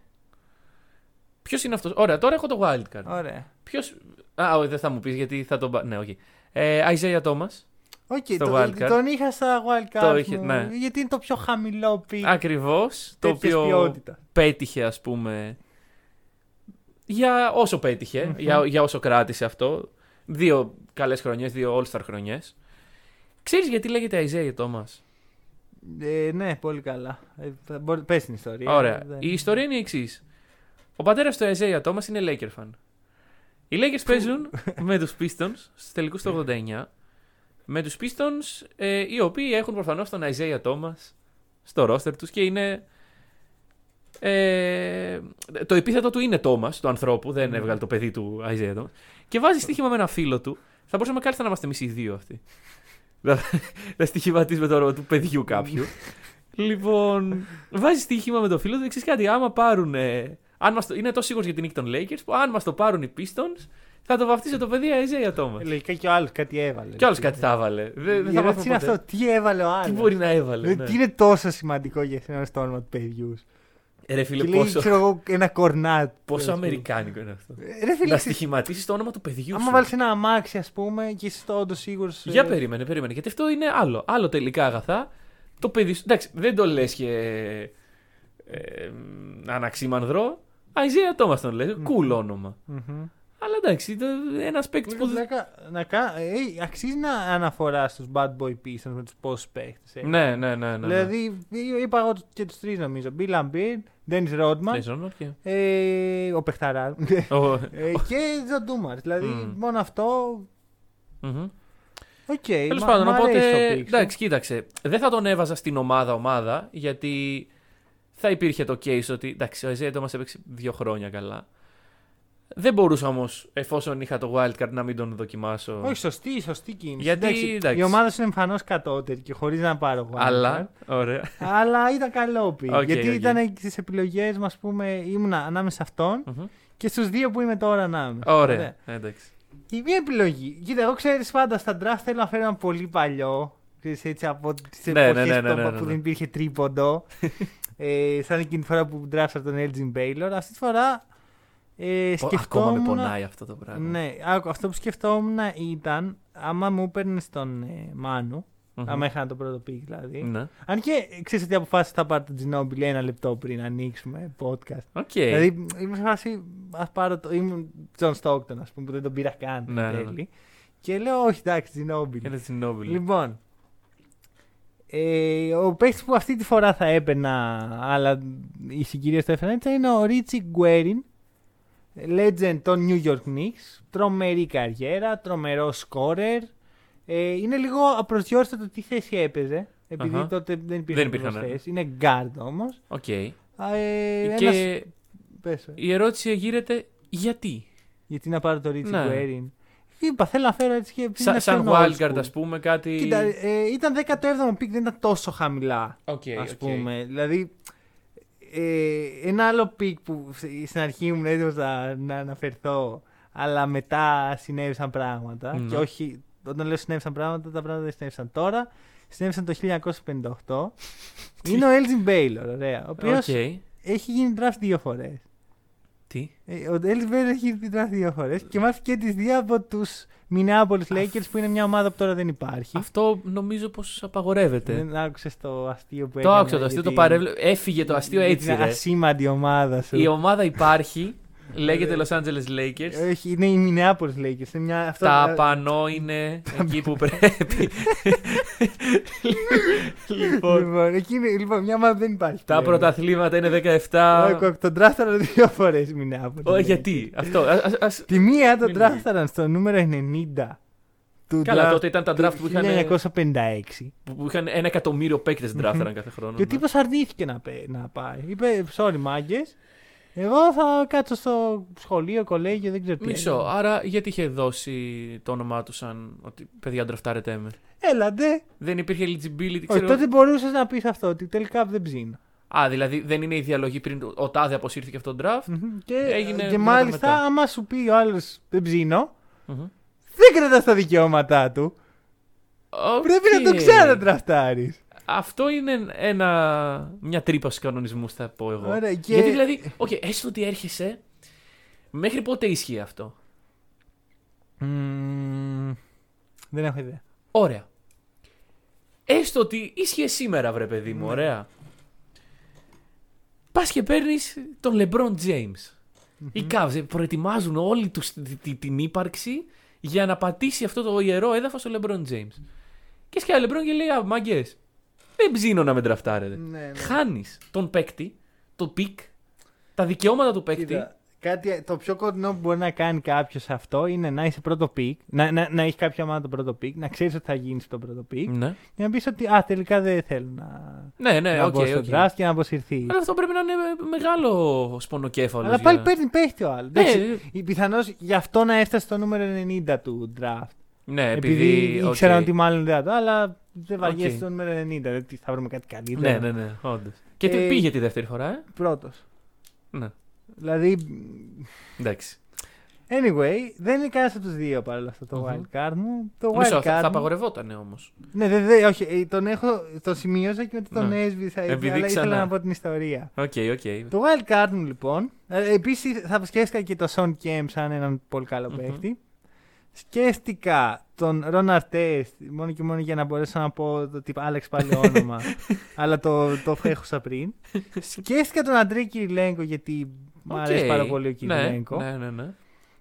Speaker 4: Ποιος είναι αυτός. Ωραία, τώρα έχω το wildcard.
Speaker 3: Ωραία.
Speaker 4: Ποιος. Α, όχι, δεν θα μου πεις γιατί θα τον. πα- Ναι, όχι. Ε, Isaiah Thomas.
Speaker 3: Οκ,
Speaker 4: Στο
Speaker 3: το-
Speaker 4: wildcard.
Speaker 3: τον είχα στα wildcard.
Speaker 4: Το είχε-
Speaker 3: μου,
Speaker 4: ναι.
Speaker 3: Γιατί είναι το πιο χαμηλό πικ.
Speaker 4: Ακριβώς. Το
Speaker 3: τέτοιας
Speaker 4: οποίο
Speaker 3: ποιότητας.
Speaker 4: πέτυχε, ας πούμε. Για όσο πέτυχε, για, για όσο κράτησε αυτό. Δύο καλές χρονιές, δύο all-star χρονιές. Ξέρεις γιατί λέγεται Isaiah Thomas.
Speaker 3: Ε, ναι, πολύ καλά. Ε, θα μπορεί- πες την ιστορία.
Speaker 4: Ωραία.
Speaker 3: Δεν-
Speaker 4: Η ιστορία είναι η εξής. Ο πατέρας του Isaiah Thomas είναι Laker fan. Οι Lakers παίζουν με τους Pistons στους τελικούς του 89. Με τους Pistons ε, οι οποίοι έχουν προφανώς τον Isaiah Thomas στο roster τους και είναι. Ε, το επίθετο του είναι Thomas, του ανθρώπου,
Speaker 3: Ναι.
Speaker 4: δεν έβγαλε το παιδί του Isaiah Thomas. Και βάζει στοίχημα με ένα φίλο του. Θα μπορούσαμε κάλλιστα να είμαστε εμείς οι δύο αυτοί. Να- να στοιχηματίζουμε το όνομα του παιδιού κάποιου. λοιπόν, βάζει στοίχημα με το φίλο του. Εξή κάτι, άμα πάρουν. ε, αν μας το, είναι τόσο σίγουρος για την νίκη των Lakers που αν μας το πάρουν οι Pistons, θα το βαφτίσω το παιδί Isaiah Thomas.
Speaker 3: Λογικά και ο άλλος κάτι έβαλε.
Speaker 4: Κι άλλο κάτι θα έβαλε. Δεν, δεν
Speaker 3: Η
Speaker 4: θα
Speaker 3: ερώτηση
Speaker 4: μάθουμε
Speaker 3: είναι
Speaker 4: ποτέ.
Speaker 3: αυτό. Τι έβαλε ο άλλος.
Speaker 4: Τι μπορεί να έβαλε.
Speaker 3: Ε,
Speaker 4: ναι.
Speaker 3: Τι είναι τόσο σημαντικό για εσένα στο όνομα του παιδιού. σου.
Speaker 4: Ε, Ρε
Speaker 3: Και
Speaker 4: φίλε,
Speaker 3: λέει,
Speaker 4: πόσο,
Speaker 3: ξέρω εγώ, ένα κορνάτ.
Speaker 4: πόσο
Speaker 3: ας πούμε.
Speaker 4: αμερικάνικο είναι αυτό.
Speaker 3: Ε, Ρε φίλε,
Speaker 4: να
Speaker 3: ξέρεις,
Speaker 4: στοιχηματίσεις το όνομα του παιδιού
Speaker 3: άμα
Speaker 4: σου.
Speaker 3: βάλεις ένα αμάξι, ας πούμε, και είσαι όντως σίγουρος.
Speaker 4: Για περίμενε, περίμενε. Γιατί αυτό είναι άλλο. Άλλο τελικά αγαθά. Το παιδί σου. Εντάξει, δεν το λες και. Ε, αναξίμανδρο. Αιζέα Τόμας τον λες. Κουλ όνομα. Αλλά εντάξει, ένα παίκτη που. δεν-
Speaker 3: Να κα... ε, αξίζει να αναφορά στους bad boy pistons με τους πόσου παίχτε.
Speaker 4: Ναι, ναι, ναι. ναι, ναι.
Speaker 3: ε. Δηλαδή, ε, είπα εγώ και τους τρεις νομίζω. Bill Ambir, Dennis Rodman,
Speaker 4: Λες όνομα και-
Speaker 3: ε, ο Πεχταρά
Speaker 4: Ο-
Speaker 3: ε, και John Dumas. Δηλαδή,
Speaker 4: Μμμ.
Speaker 3: μόνο αυτό.
Speaker 4: Μμμ.
Speaker 3: Οκ.
Speaker 4: Τέλος
Speaker 3: Ε, μα-
Speaker 4: πάντων,
Speaker 3: μ' αρέσει
Speaker 4: οπότε.
Speaker 3: το pick σου.
Speaker 4: Εντάξει, κοίταξε. Δεν θα τον έβαζα στην ομάδα-ομάδα, γιατί θα υπήρχε το case ότι. Εντάξει, ο Isaiah Thomas έπαιξε δύο χρόνια καλά. Δεν μπορούσα όμως, εφόσον είχα το wildcard, να μην τον δοκιμάσω.
Speaker 3: Όχι, σωστή, σωστή κίνηση.
Speaker 4: Γιατί, εντάξει.
Speaker 3: Η ομάδα σου είναι εμφανώς κατώτερη και χωρίς να πάρω εγώ.
Speaker 4: Αλλά. Ωραία.
Speaker 3: αλλά ήταν καλό pick.
Speaker 4: Οκ,
Speaker 3: γιατί
Speaker 4: οκ.
Speaker 3: ήταν στις επιλογές μου, ας πούμε, ήμουν ανάμεσα αυτόν
Speaker 4: Μμμ.
Speaker 3: και στους δύο που είμαι τώρα ανάμεσα. Ναι.
Speaker 4: Ωραία. Ναι. Εντάξει.
Speaker 3: Η μία επιλογή. Κοίτα, εγώ ξέρεις πάντα στα draft θέλω να φέρω ένα πολύ παλιό. Ξέρεις, έτσι από τις
Speaker 4: Ναι,
Speaker 3: εποχές
Speaker 4: ναι, ναι, ναι, ναι, ναι,
Speaker 3: που
Speaker 4: ναι.
Speaker 3: δεν υπήρχε τρίποντο. ε, σαν εκείνη τη φορά που draft τον Elgin Baylor. Αυτή τη φορά. Ε,
Speaker 4: Πο- Ακόμα με
Speaker 3: σκεφτόμουν-
Speaker 4: πονάει αυτό το πράγμα.
Speaker 3: Ναι, άκου, αυτό που σκεφτόμουν ήταν άμα μου έπαιρνες τον ε, μανου
Speaker 4: Μμμ.
Speaker 3: άμα είχα το πρώτο πικ δηλαδή.
Speaker 4: Ναι.
Speaker 3: Αν και ε, ξέρεις ότι αποφάσισα θα πάρω τον Τζινόμπιλ ένα λεπτό πριν ανοίξουμε podcast.
Speaker 4: Οκ.
Speaker 3: Δηλαδή ήμουν σε φάση, ας πάρω το, ήμουν Τζον Στόκτον ας πούμε που δεν τον πήρα καν
Speaker 4: Ναι, ναι,
Speaker 3: ναι,
Speaker 4: ναι.
Speaker 3: Και λέω όχι εντάξει Τζινόμπιλ.
Speaker 4: Ένα Τσινόμπιλ.
Speaker 3: Λοιπόν, ε, ο παίκτης που αυτή τη φορά θα έπαιρνα, αλλά οι συγκυρίε το έφεραν έτσι, είναι ο Ρίτσι Γκουέριν. Legend των New York Knicks. Τρομερή καριέρα, τρομερό σκόρερ. Ε, είναι λίγο απροσδιόριστο το τι θέση έπαιζε. Επειδή
Speaker 4: Αχα.
Speaker 3: τότε δεν υπήρχαν,
Speaker 4: Δεν ναι. υπήρχαν,
Speaker 3: προσθέσεις. Είναι guard όμως.
Speaker 4: Οκ.
Speaker 3: Ε,
Speaker 4: Και
Speaker 3: ένας- πες, ε.
Speaker 4: η ερώτηση γύρεται γιατί.
Speaker 3: Γιατί να πάρω το Ρίτσι
Speaker 4: Ναι.
Speaker 3: Γκουέριν. Είπα, θέλω να φέρω έτσι και.
Speaker 4: Σα-
Speaker 3: είναι
Speaker 4: σαν
Speaker 3: πιο old
Speaker 4: wildcard,
Speaker 3: school.
Speaker 4: ας πούμε, κάτι.
Speaker 3: Κοίτα, ε, ήταν 17ο πικ, δεν ήταν τόσο χαμηλά.
Speaker 4: Οκ,
Speaker 3: ας
Speaker 4: οκ.
Speaker 3: πούμε. Δηλαδή, ε, ένα άλλο πικ που σ- στην αρχή ήμουν έτοιμος να, να αναφερθώ, αλλά μετά συνέβησαν πράγματα.
Speaker 4: Ναι.
Speaker 3: Και όχι, όταν λέω συνέβησαν πράγματα, τα πράγματα δεν συνέβησαν τώρα. Συνέβησαν το 1958. είναι ο Έλτζιν Μπέιλορ, ωραία. Ο οποίος
Speaker 4: Οκ.
Speaker 3: έχει γίνει draft δύο φορές.
Speaker 4: Τι.
Speaker 3: Ε, Ο Έλτζιν Μπέιλορ έχει γίνει draft δύο φορές και μάθηκε και τις δύο από τους Minneapolis Lakers που είναι μια ομάδα που τώρα δεν υπάρχει.
Speaker 4: Αυτό νομίζω πως απαγορεύεται.
Speaker 3: Δεν άκουσες το αστείο που
Speaker 4: Το
Speaker 3: έκανε.
Speaker 4: άκουσα το αστείο, το παρέβλε... Έφυγε το αστείο έτσι.
Speaker 3: Είναι
Speaker 4: Ρε.
Speaker 3: ασήμαντη ομάδα σου.
Speaker 4: Η ομάδα υπάρχει. λέγεται Los Angeles Lakers.
Speaker 3: Όχι, είναι η Minneapolis Lakers. Είναι μια... αυτό-
Speaker 4: Τα πανό είναι εκεί που πρέπει. λοιπόν,
Speaker 3: Λοιπόν, εκεί είναι- λοιπόν, μια ομάδα που δεν υπάρχει.
Speaker 4: τα
Speaker 3: πλέον.
Speaker 4: πρωταθλήματα είναι 17.
Speaker 3: Ο- Τον τράφταραν δύο φορές η Minneapolis.
Speaker 4: Ω,
Speaker 3: Lakers.
Speaker 4: γιατί αυτό. ας- ας- ας-
Speaker 3: Τη μία τον
Speaker 4: Μην-
Speaker 3: τράφταραν στο νούμερο 90. Του
Speaker 4: Καλά,
Speaker 3: draft
Speaker 4: τότε ήταν τα draft
Speaker 3: του
Speaker 4: που είχαν-
Speaker 3: 1956.
Speaker 4: που- που είχαν ένα εκατομμύριο παίκτες draftαραν κάθε χρόνο.
Speaker 3: Και ο τύπος αρνήθηκε να, πέ- να πάει. Είπε, sorry, μάγκες. Εγώ θα κάτσω στο σχολείο, κολέγιο, δεν ξέρω τι.
Speaker 4: Μισό. Άρα γιατί είχε δώσει το όνομά του σαν ότι παιδιά ντραφτάρετε με.
Speaker 3: Έλατε.
Speaker 4: Δεν υπήρχε eligibility,
Speaker 3: Όχι,
Speaker 4: ξέρω.
Speaker 3: τότε μπορούσες να πεις αυτό, ότι τελικά δεν ψήνω.
Speaker 4: Α, δηλαδή δεν είναι η διαλογή πριν το- ο Τάδε αποσύρθηκε από τον draft.
Speaker 3: Μμμ. Και,
Speaker 4: Έγινε
Speaker 3: και
Speaker 4: μετά
Speaker 3: μάλιστα,
Speaker 4: μετά.
Speaker 3: άμα σου πει ο άλλος δεν ψήνω,
Speaker 4: Μμμ.
Speaker 3: δεν κρατάς τα δικαιώματά του.
Speaker 4: Οκ.
Speaker 3: Πρέπει να το ξανατραφτάρεις.
Speaker 4: Αυτό είναι ένα, μια τρύπα στους κανονισμούς, θα πω εγώ.
Speaker 3: Ωραία, και-
Speaker 4: Γιατί δηλαδή, οκ, έστω ότι έρχεσαι, μέχρι πότε ίσχυε αυτό.
Speaker 3: Δεν έχω ιδέα.
Speaker 4: Ωραία. Έστω ότι ίσχυε σήμερα, βρε παιδί
Speaker 3: Ναι.
Speaker 4: μου, ωραία. Πας και παίρνεις τον LeBron James. Οι Cavs ε, προετοιμάζουν όλη τους τη- τη- την ύπαρξη για να πατήσει αυτό το ιερό έδαφος ο LeBron James. Και σκάει ο LeBron και λέει: Α, μάγκες, δεν ψήνω να με τραφτάρετε.
Speaker 3: Ναι, ναι.
Speaker 4: Χάνεις τον παίκτη, το πικ, τα δικαιώματα του παίκτη.
Speaker 3: Κοίτα, κάτι, το πιο κοντινό που μπορεί να κάνει κάποιος σε αυτό είναι να είσαι πρώτο πικ, να, να, να έχεις κάποια ομάδα το πρώτο πικ, να ξέρεις ότι θα γίνεις το πρώτο πικ
Speaker 4: Ναι,
Speaker 3: και να πεις ότι α, τελικά δεν θέλω να,
Speaker 4: ναι, ναι,
Speaker 3: να
Speaker 4: οκ,
Speaker 3: μπω στο
Speaker 4: οκ.
Speaker 3: draft και να αποσυρθεί.
Speaker 4: Αλλά αυτό πρέπει να είναι μεγάλο σπονοκέφαλος.
Speaker 3: Αλλά πάλι παίρνει παίχτη ο άλλος.
Speaker 4: Ναι.
Speaker 3: Πιθανώς γι' αυτό να έφτασε στο νούμερο 90 του draft.
Speaker 4: Ναι, επειδή.
Speaker 3: Επειδή
Speaker 4: οκ.
Speaker 3: ήξεραν ότι μάλλον δεν θα το, αλλά δεν βαριέσαι
Speaker 4: Οκ.
Speaker 3: στο νούμερο 90. Δηλαδή θα βρούμε κάτι καλύτερο.
Speaker 4: Ναι, ναι, ναι, όντως. Και τι
Speaker 3: Ε,
Speaker 4: πήγε τη δεύτερη φορά, ε.
Speaker 3: Πρώτος.
Speaker 4: Ναι,
Speaker 3: Δηλαδή.
Speaker 4: εντάξει.
Speaker 3: Anyway, δεν είναι κανένας από τους δύο παρόλα αυτά το
Speaker 4: Μμμ.
Speaker 3: wild card μου. Το wild
Speaker 4: Μισό,
Speaker 3: card.
Speaker 4: θα, θα
Speaker 3: μου-
Speaker 4: απαγορευόταν όμως.
Speaker 3: Ναι, δεν δε, όχι. ε, Τον, έχω, τον σημείωσα και μετά τον
Speaker 4: Ναι.
Speaker 3: έσβησα. έτσι,
Speaker 4: Επειδή
Speaker 3: αλλά ήθελα
Speaker 4: ξανά.
Speaker 3: να πω την ιστορία.
Speaker 4: Οκ, οκ.
Speaker 3: Το wild card μου λοιπόν. Επίσης θα σκέφτηκα και το Son Kemp σαν έναν πολύ καλό
Speaker 4: Μμμ.
Speaker 3: παίχτη. Σκέφτηκα τον Ρον Αρτέστ μόνο και μόνο για να μπορέσω να πω το τύπο Άλεξ πάλι όνομα. αλλά το, το έχωσα πριν. Σκέφτηκα τον Αντρέ Κυριλέγκο γιατί μου
Speaker 4: Οκ.
Speaker 3: αρέσει πάρα πολύ ο Κυριλέγκο.
Speaker 4: Ναι, ναι, ναι.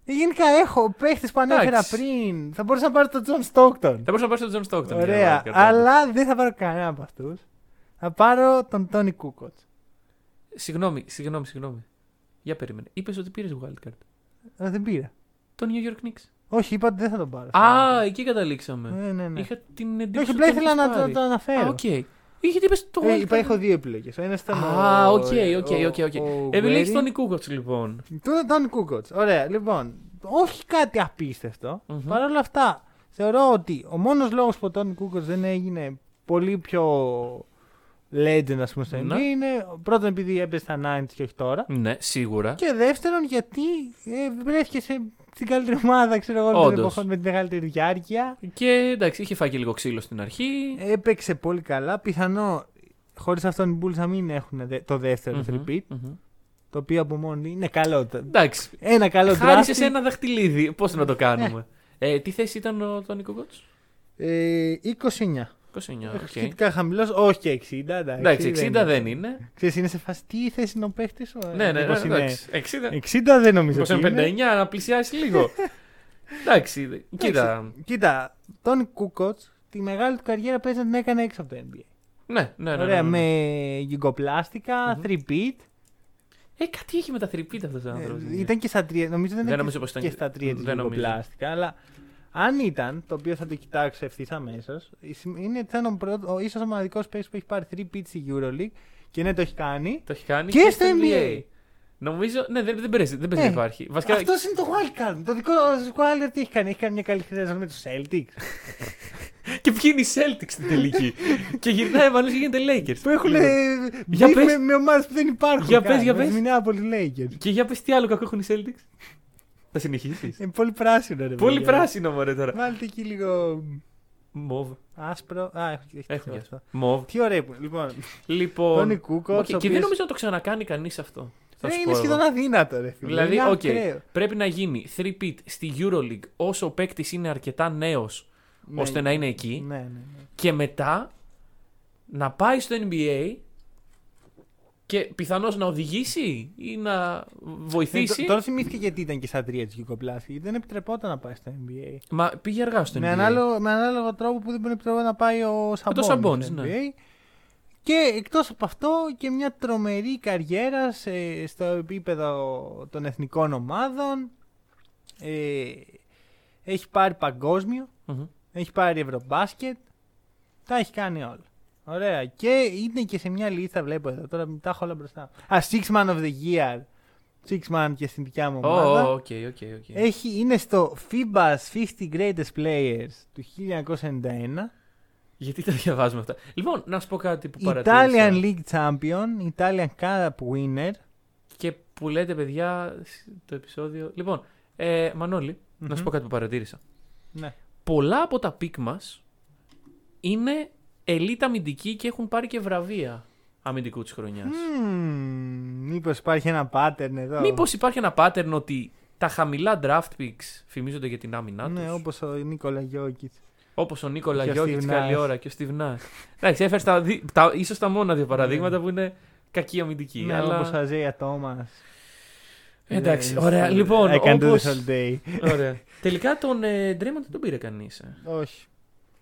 Speaker 3: Γενικά έχω παίχτες που ανέφερα
Speaker 4: Εντάξει.
Speaker 3: πριν. Θα μπορούσα να πάρω τον Τζον Στόκτον.
Speaker 4: Θα μπορούσα να πάρει τον ναι. Τζον Στόκτον. για
Speaker 3: Ωραία.
Speaker 4: wild card, όντως.
Speaker 3: Αλλά δεν θα πάρω κανένα από αυτούς. Θα πάρω τον Τόνι Κούκοτ.
Speaker 4: Συγγνώμη, συγγνώμη, συγγνώμη. Για περίμενε. Είπες ότι πήρες wildcard.
Speaker 3: Αλλά δεν πήρα.
Speaker 4: Το New York Knicks.
Speaker 3: Όχι, είπα ότι δεν θα τον πάρω.
Speaker 4: Α, εκεί καταλήξαμε.
Speaker 3: Ναι, ναι, ναι.
Speaker 4: Είχα την
Speaker 3: Όχι,
Speaker 4: εντύπωση. ότι
Speaker 3: απλά
Speaker 4: το
Speaker 3: ήθελα
Speaker 4: είχες
Speaker 3: να το,
Speaker 4: πάρει.
Speaker 3: το αναφέρω.
Speaker 4: Α, οκ. Είχε τύπες το
Speaker 3: ε,
Speaker 4: wild
Speaker 3: είπα,
Speaker 4: card.
Speaker 3: έχω δύο επιλογές. Ο ένας ήταν.
Speaker 4: Α,
Speaker 3: ο-
Speaker 4: οκ, οκ,
Speaker 3: ο-
Speaker 4: οκ, οκ.
Speaker 3: ο
Speaker 4: Επιλέγει
Speaker 3: Γουέρι.
Speaker 4: τον Νικούκοτ λοιπόν.
Speaker 3: Του Τον Κούκοτ. Ωραία, λοιπόν. Όχι κάτι απίστευτο.
Speaker 4: Μμμ.
Speaker 3: Παρ' όλα αυτά, θεωρώ ότι ο μόνος λόγος που ο Τόνι Κούκοτ δεν έγινε πολύ πιο legend, ας πούμε, στο NBA
Speaker 4: Ναι.
Speaker 3: είναι πρώτον επειδή έπεσε στα 90 και όχι τώρα.
Speaker 4: Ναι, σίγουρα.
Speaker 3: Και δεύτερον, γιατί ε, βρέθηκε σε, στην καλύτερη ομάδα, ξέρω εγώ, όλων των
Speaker 4: Όντως.
Speaker 3: εποχών με τη μεγαλύτερη διάρκεια.
Speaker 4: Και εντάξει, είχε φάει και λίγο ξύλο στην αρχή.
Speaker 3: Έπαιξε πολύ καλά. Πιθανό χωρίς αυτόν οι Bulls να μην έχουν δε- το δευτερο
Speaker 4: Μμμ,
Speaker 3: repeat,
Speaker 4: μμμ.
Speaker 3: το οποίο από μόνο του είναι καλό. Το-
Speaker 4: Εντάξει.
Speaker 3: Ένα καλό
Speaker 4: Χάρισες
Speaker 3: draft.
Speaker 4: σε ένα δαχτυλίδι. Πώς να το κάνουμε.
Speaker 3: Ναι.
Speaker 4: ε, τι θέση ήταν ο, το Νίκο Κότς?
Speaker 3: Ε, 29. Ε,
Speaker 4: 29. οκ.
Speaker 3: Σχετικά χαμηλός, όχι και 60.
Speaker 4: Εντάξει, 60 δεν είναι.
Speaker 3: Ξέρεις, είναι σε φάση τι θέση είναι ο παίχτη σου. ε,
Speaker 4: Ναι, ναι,
Speaker 3: μήπως είναι-
Speaker 4: εντάξει. 60.
Speaker 3: 60 δεν νομίζω. ότι είναι.
Speaker 4: 29, να πλησιάσεις λίγο. Εντάξει, κοίτα.
Speaker 3: Εντάξει, Κοίτα, τον Κούκοτ τη μεγάλη του καριέρα παίζει να την έκανε έξω από το NBA.
Speaker 4: Ναι, ναι, ναι.
Speaker 3: Ωραία,
Speaker 4: ναι, ναι.
Speaker 3: με γυγκοπλάστικα, 3-beat.
Speaker 4: Ε, κάτι έχει με τα θρυπίτα αυτός ο άνθρωπος.
Speaker 3: Ε, ήταν και στα τρία. Νομίζω δεν,
Speaker 4: Δεν
Speaker 3: ήταν
Speaker 4: νομίζω
Speaker 3: και,
Speaker 4: πως ήταν
Speaker 3: και
Speaker 4: και-
Speaker 3: στα τρία της
Speaker 4: δεν νομίζω.
Speaker 3: γυγκοπλάστικα, αλλά αν ήταν, το οποίο θα το κοιτάξω ευθύς αμέσως, είναι ήταν ο, πρώτο- ο, ίσως ο μοναδικό παίκτης που έχει πάρει 3 beats στη Euroleague και ναι, το έχει κάνει.
Speaker 4: Το έχει κάνει
Speaker 3: Και στο NBA.
Speaker 4: Νομίζω, ναι, δεν, δεν παίζει, δεν παίζει,
Speaker 3: Ναι.
Speaker 4: δεν υπάρχει. Βασικά,
Speaker 3: Αυτός είναι το wildcard. μου. Το δικό σου wildcard τι έχει κάνει. Έχει κάνει μια καλή χρήση με τους Celtics.
Speaker 4: και βγαίνει η Celtics στην τελική. και γυρνάει μάλλον και γίνεται Lakers.
Speaker 3: που έχουν ε,
Speaker 4: Λοιπόν. Για
Speaker 3: μπει
Speaker 4: πες.
Speaker 3: με, με ομάδες που δεν υπάρχουν.
Speaker 4: Για πες, για πες.
Speaker 3: Μην Minneapolis Lakers.
Speaker 4: Και για πες τι άλλο κακό έχουν οι Celtics. Θα συνεχίσεις.
Speaker 3: Είναι Ε, πολύ πράσινο, ρε
Speaker 4: Πολύ
Speaker 3: παιδιά.
Speaker 4: πράσινο μωρέ τώρα.
Speaker 3: Βάλτε εκεί λίγο
Speaker 4: Μοβ.
Speaker 3: άσπρο. Α, έχει- έχει
Speaker 4: Έχουμε
Speaker 3: Έχουμε
Speaker 4: και
Speaker 3: αυτό.
Speaker 4: αυτό. Μοβ.
Speaker 3: Τι ωραία που. Λοιπόν,
Speaker 4: Λοιπόν.
Speaker 3: Τόνι Κούκοτς,
Speaker 4: οκ,
Speaker 3: ο
Speaker 4: Και,
Speaker 3: οποίος-
Speaker 4: δεν νομίζω να το ξανακάνει κανείς αυτό. Θα
Speaker 3: ρε,
Speaker 4: σου
Speaker 3: είναι
Speaker 4: πω
Speaker 3: σχεδόν
Speaker 4: εγώ.
Speaker 3: αδύνατο, ρε. φίλε.
Speaker 4: Δηλαδή,
Speaker 3: Είναι
Speaker 4: οκ,
Speaker 3: ακραίο.
Speaker 4: πρέπει να γίνει 3-pit στη Euroleague όσο ο παίκτης είναι αρκετά νέος
Speaker 3: Ναι.
Speaker 4: ώστε να είναι εκεί.
Speaker 3: Ναι, ναι, ναι.
Speaker 4: Και μετά να πάει στο NBA και πιθανώς να οδηγήσει ή να βοηθήσει.
Speaker 3: Ε, τ- Τώρα θυμήθηκε γιατί ήταν και στα τρία της Γιουγκοπλάση. Γιατί δεν επιτρεπόταν να πάει στο NBA.
Speaker 4: Μα πήγε αργά στο NBA.
Speaker 3: Με, ανάλογο, με ανάλογο τρόπο που δεν επιτρεπόταν να πάει ο Σαμπόνι.
Speaker 4: Σαμπόνις,
Speaker 3: στο
Speaker 4: ναι.
Speaker 3: NBA. Και εκτός από αυτό και μια τρομερή καριέρα σε- στο επίπεδο των εθνικών ομάδων. Ε, έχει πάρει παγκόσμιο.
Speaker 4: Μμμ.
Speaker 3: Έχει πάρει ευρωμπάσκετ. Τα έχει κάνει όλα. Ωραία. Και είναι και σε μια λίστα, βλέπω εδώ. Τώρα τα έχω όλα μπροστά. Α, Six Man of the Year. Six Man και στην δικιά μου
Speaker 4: Ω, ω,
Speaker 3: ομάδα.
Speaker 4: οκ, οκ, οκ.
Speaker 3: Έχει, είναι στο FIBA's 50 Greatest Players του 1991.
Speaker 4: Γιατί τα διαβάζουμε αυτά. Λοιπόν, να σου πω κάτι που παρατήρησα.
Speaker 3: Italian League Champion, Italian Cup Winner.
Speaker 4: Και που λέτε, παιδιά, το επεισόδιο. Λοιπόν, ε, μανωλη να σου πω κάτι που παρατήρησα.
Speaker 3: Ναι.
Speaker 4: Πολλά από τα πικ μας είναι ελίτ αμυντικοί και έχουν πάρει και βραβεία αμυντικού της χρονιάς.
Speaker 3: Mm, Μήπως υπάρχει ένα pattern εδώ.
Speaker 4: Μήπως υπάρχει ένα pattern ότι τα χαμηλά draft picks φημίζονται για την άμυνά του.
Speaker 3: Ναι, όπως ο Νίκολα Γιώκητ.
Speaker 4: Όπως ο Νίκολα
Speaker 3: Και ο
Speaker 4: Γιώργη
Speaker 3: Στιβνάς.
Speaker 4: καλή ώρα και ο Στιβνά. Εντάξει, έφερε τα, δι- τα, ίσως τα μόνα δύο παραδείγματα που είναι κακή αμυντική.
Speaker 3: Ναι,
Speaker 4: αλλά...
Speaker 3: όπως ο Αζέια Τόμα.
Speaker 4: Ε, Εντάξει,
Speaker 3: Ε,
Speaker 4: ωραία. Λοιπόν,
Speaker 3: I can do
Speaker 4: όπως...
Speaker 3: this all day.
Speaker 4: ωραία. Τελικά τον ε, Draymond δεν τον πήρε κανείς.
Speaker 3: Όχι.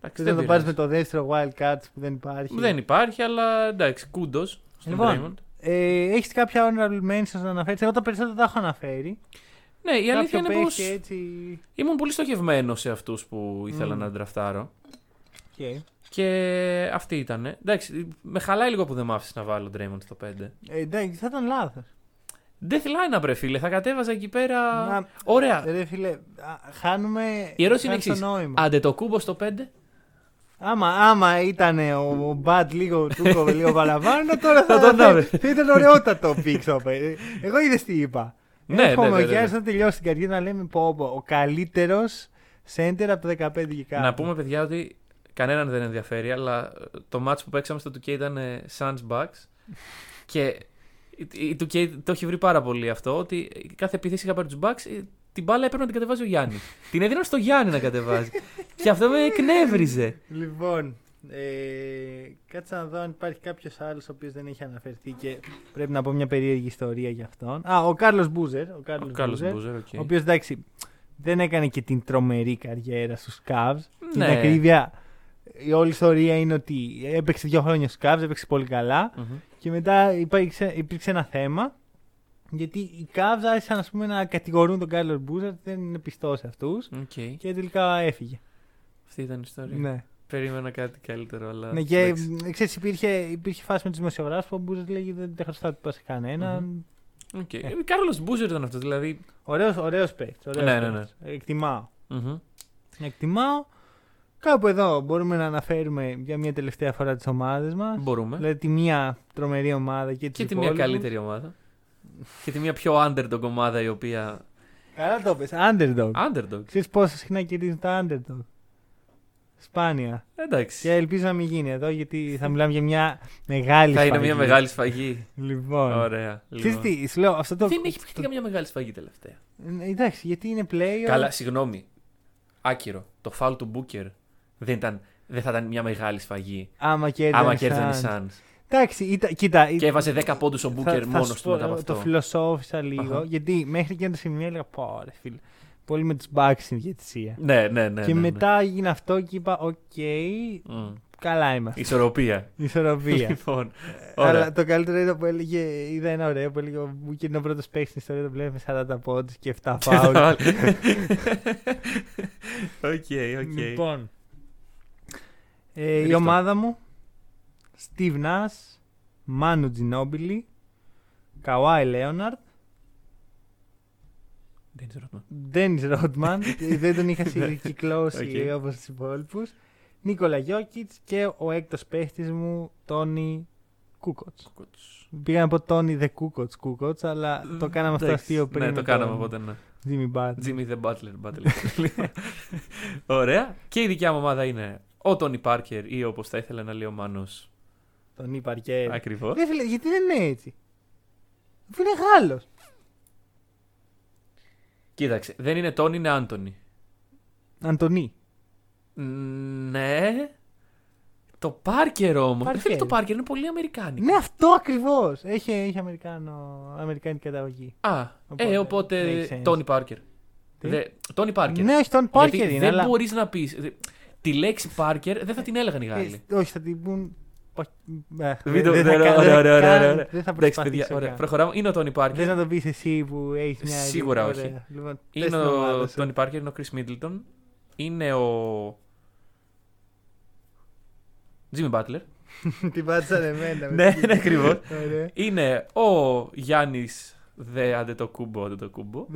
Speaker 4: Εντάξει,
Speaker 3: Δεν το
Speaker 4: πειράζει.
Speaker 3: πάρεις με το δεύτερο Wild Cards που δεν υπάρχει.
Speaker 4: Δεν υπάρχει, αλλά εντάξει, κούντος στον
Speaker 3: Λοιπόν.
Speaker 4: Draymond.
Speaker 3: Ε, έχεις κάποια honorable mentions να αναφέρεις. Εγώ τα περισσότερα τα έχω αναφέρει.
Speaker 4: Ναι, η αλήθεια
Speaker 3: Κάποιο
Speaker 4: είναι
Speaker 3: παίχτη
Speaker 4: πω
Speaker 3: έτσι.
Speaker 4: ήμουν πολύ στοχευμένος σε αυτούς που ήθελα να ντραφτάρω.
Speaker 3: Okay.
Speaker 4: Και αυτή ήταν. Εντάξει, με χαλάει λίγο που δεν μ' άφησες να βάλω Draymond στο 5.
Speaker 3: Ε, εντάξει, θα ήταν λάθος.
Speaker 4: Death line, βρε φίλε, θα κατέβαζα εκεί πέρα.
Speaker 3: Να- Ε,
Speaker 4: Ωραία.
Speaker 3: Ρε φίλε, α, χάνουμε,
Speaker 4: Η ερώτηση είναι
Speaker 3: χάνεις το
Speaker 4: εξής.
Speaker 3: νόημα.
Speaker 4: Άντε το κούμπο στο 5.
Speaker 3: Άμα, άμα ήταν ο, ο Μπατ λίγο τούκο, λίγο παραπάνω, τώρα θα,
Speaker 4: τον
Speaker 3: θα,
Speaker 4: άβε.
Speaker 3: θα ήταν ωραιότατο πίξο. Εγώ είδες τι είπα.
Speaker 4: Ναι,
Speaker 3: Εύχομαι
Speaker 4: ναι, ναι,
Speaker 3: ο
Speaker 4: ναι, ναι.
Speaker 3: Γιάννης να τελειώσει την καριέρα να λέμε πω, πω, ο καλύτερος σέντερ από το 15 και κάτω.
Speaker 4: Να πούμε, παιδιά, ότι κανέναν δεν ενδιαφέρει, αλλά ε, το match που παίξαμε στο 2K ήταν ε, Suns Bucks. και η- η 2K το έχει βρει πάρα πολύ αυτό, ότι κάθε επίθεση είχα πάρει τους Bucks, ε, την μπάλα έπρεπε να την κατεβάζει ο Γιάννη. την έδιναν στο Γιάννη να κατεβάζει. και αυτό με εκνεύριζε.
Speaker 3: Λοιπόν, ε, κάτσε να δω αν υπάρχει κάποιος άλλος ο οποίος δεν έχει αναφερθεί και πρέπει να πω μια περίεργη ιστορία για αυτόν. Α, ο Κάρλος Μπούζερ. Ο Κάρλος
Speaker 4: Κάλο
Speaker 3: Μπούζερ.
Speaker 4: Μπούζερ, οκ.
Speaker 3: Ο οποίος εντάξει, δεν έκανε και την τρομερή καριέρα στους Cavs. Την
Speaker 4: Ναι.
Speaker 3: ακρίβεια, η όλη ιστορία είναι ότι έπαιξε δύο χρόνια στους Cavs, έπαιξε πολύ καλά.
Speaker 4: Μμμ.
Speaker 3: Και μετά υπήρξε, υπήρξε ένα θέμα. Γιατί οι Cavs άρχισαν ας πούμε, να κατηγορούν τον Κάρλο Μπούζερ, δεν είναι πιστός σε αυτούς.
Speaker 4: Οκ.
Speaker 3: Και τελικά έφυγε.
Speaker 4: Αυτή ήταν η ιστορία.
Speaker 3: Ναι.
Speaker 4: Περίμενα κάτι καλύτερο, αλλά.
Speaker 3: ναι και
Speaker 4: εντάξει.
Speaker 3: μ, ξέρεις, υπήρχε, υπήρχε φάση με τους δημοσιογράφους που ο Μπούζερ λέγει δεν τα χρωστά του σε κανέναν.
Speaker 4: Οκ. Ε, Κάρλος Μπούζερ ήταν αυτός, δηλαδή.
Speaker 3: Ωραίος, ωραίος παίκτης, ωραίος
Speaker 4: Ναι, ναι, ναι.
Speaker 3: παίκτης. Εκτιμάω.
Speaker 4: Μμμ.
Speaker 3: Εκτιμάω. Κάπου εδώ μπορούμε να αναφέρουμε για μια τελευταία φορά τις ομάδες μας.
Speaker 4: Μπορούμε.
Speaker 3: Δηλαδή τη μία τρομερή ομάδα και, τις
Speaker 4: Ναι. Και τη μια
Speaker 3: υπόλοιπες.
Speaker 4: καλύτερη ομάδα. και τη μια πιο underdog ομάδα η οποία.
Speaker 3: Καλά το πες. Underdog.
Speaker 4: Underdog.
Speaker 3: Ξέρεις πόσο συχνά κερδίζουν τα underdog. Σπάνια.
Speaker 4: Εντάξει.
Speaker 3: Και ελπίζω να μην γίνει εδώ γιατί θα μιλάμε για μια μεγάλη
Speaker 4: θα είναι
Speaker 3: σφαγή.
Speaker 4: μια μεγάλη σφαγή.
Speaker 3: Λοιπόν.
Speaker 4: Ωραία.
Speaker 3: Ξέρεις
Speaker 4: Λοιπόν.
Speaker 3: τι, σου λέω αυτό το...
Speaker 4: Δεν έχει παιχτεί καμιά μεγάλη σφαγή τελευταία.
Speaker 3: Ε, Εντάξει, γιατί είναι playoff.
Speaker 4: Καλά, συγγνώμη. Άκυρο. Το φάουλ του Booker δεν, ήταν, δεν θα ήταν μια μεγάλη σφαγή.
Speaker 3: Άμα κέρδιζαν
Speaker 4: Άμα
Speaker 3: οι
Speaker 4: κέρδανε οι
Speaker 3: Suns.
Speaker 4: Suns.
Speaker 3: Εντάξει, ήταν- κοίτα.
Speaker 4: Και έβαζε 10 πόντους ο Booker
Speaker 3: θα
Speaker 4: μόνος
Speaker 3: σου
Speaker 4: του
Speaker 3: πω, ε,
Speaker 4: μετά από αυτό.
Speaker 3: Το φιλοσόφισα λίγο,
Speaker 4: Αχα.
Speaker 3: γιατί μέχρι και ένα σημείο έλεγα πω ρε φίλε, πολύ με τους Bucks είναι διαιτησία.
Speaker 4: Ναι, ναι, ναι.
Speaker 3: και
Speaker 4: ναι, ναι.
Speaker 3: μετά έγινε αυτό και είπα οκ,
Speaker 4: Μμ.
Speaker 3: καλά είμαστε.
Speaker 4: Ισορροπία.
Speaker 3: Ισορροπία.
Speaker 4: λοιπόν. Ωραία.
Speaker 3: Αλλά το καλύτερο ήταν που έλεγε, είδα ένα ωραίο που έλεγε ο Μπούκερ είναι ο πρώτος παίκτης στην ιστορία, το βλέπει με 40 πόντους και 7 φάουλ.
Speaker 4: Οκ, οκ.
Speaker 3: Λοιπόν, ε, η
Speaker 4: Ρίχτω.
Speaker 3: ομάδα μου, Steve Nash, Manu Ginobili, Kawhi Leonard,
Speaker 4: Δεν ξέρω.
Speaker 3: Ντένι Ρότμαν, ε, δεν τον είχα συγκυκλώσει
Speaker 4: Οκ.
Speaker 3: όπως τους υπόλοιπους. Νίκολα Γιώκητ και ο έκτος παίχτης μου, Τόνι Κούκοτ. Πήγα να πω Tony the Κούκοτ, Κούκοτ, αλλά το κάναμε αυτό
Speaker 4: Εντάξει.
Speaker 3: αστείο πριν.
Speaker 4: Ναι,
Speaker 3: με
Speaker 4: το κάναμε οπότε, ναι.
Speaker 3: Jimmy Butler.
Speaker 4: Jimmy the Butler. Butler. Ωραία. Και η δικιά μου ομάδα είναι ο Tony Parker ή όπως θα ήθελε να λέει ο Μάνος.
Speaker 3: Τον είπα και.
Speaker 4: Ακριβώ.
Speaker 3: Ρε φίλε, γιατί δεν είναι έτσι. Αφού είναι Γάλλος.
Speaker 4: Κοίταξε, δεν είναι Tony, είναι Anthony.
Speaker 3: Αντωνί.
Speaker 4: Ναι. Το Parker όμω. Δεν φίλε, το
Speaker 3: Parker.
Speaker 4: Parker είναι πολύ Αμερικάνικο.
Speaker 3: Ναι, αυτό ακριβώς. Έχει, έχει Αμερικάνο, Αμερικάνικη καταγωγή.
Speaker 4: Α,
Speaker 3: Οπότε,
Speaker 4: ε, οπότε.
Speaker 3: makes sense.
Speaker 4: Tony Parker.
Speaker 3: Τι?
Speaker 4: Δε, Tony Parker.
Speaker 3: Ναι, όχι, τον Πάρκερ
Speaker 4: Γιατί
Speaker 3: είναι.
Speaker 4: δεν
Speaker 3: αλλά...
Speaker 4: μπορείς να πεις. Τη λέξη Parker δεν θα την έλεγαν οι Γάλλοι.
Speaker 3: Ε, όχι, θα την πούν. Πα- ε,
Speaker 4: Μην το-
Speaker 3: Δεν θα
Speaker 4: ωραία,
Speaker 3: κα-
Speaker 4: ωραία,
Speaker 3: δεν
Speaker 4: ωραία,
Speaker 3: θα
Speaker 4: ωραία,
Speaker 3: καν-
Speaker 4: ωραία.
Speaker 3: δεν θα
Speaker 4: Εντάξει, παιδιά,
Speaker 3: προσπαθήσω.
Speaker 4: ωραία.
Speaker 3: καν.
Speaker 4: Προχωράμε. Είναι ο Tony Parker.
Speaker 3: Δεν θα το πεις εσύ που έχεις μια. ιδέα.
Speaker 4: Σίγουρα
Speaker 3: Ωραία.
Speaker 4: όχι.
Speaker 3: Λοιπόν, πες
Speaker 4: Είναι
Speaker 3: την
Speaker 4: ο
Speaker 3: ομάδα σου.
Speaker 4: Tony Parker, είναι ο Chris Middleton. Είναι ο. Jimmy Butler.
Speaker 3: Την πάτησαν εμένα.
Speaker 4: ναι, ναι, ακριβώς.
Speaker 3: Ωραία.
Speaker 4: Είναι ο Γιάννης Δε Αντετοκούμπο, Αντετοκούμπο.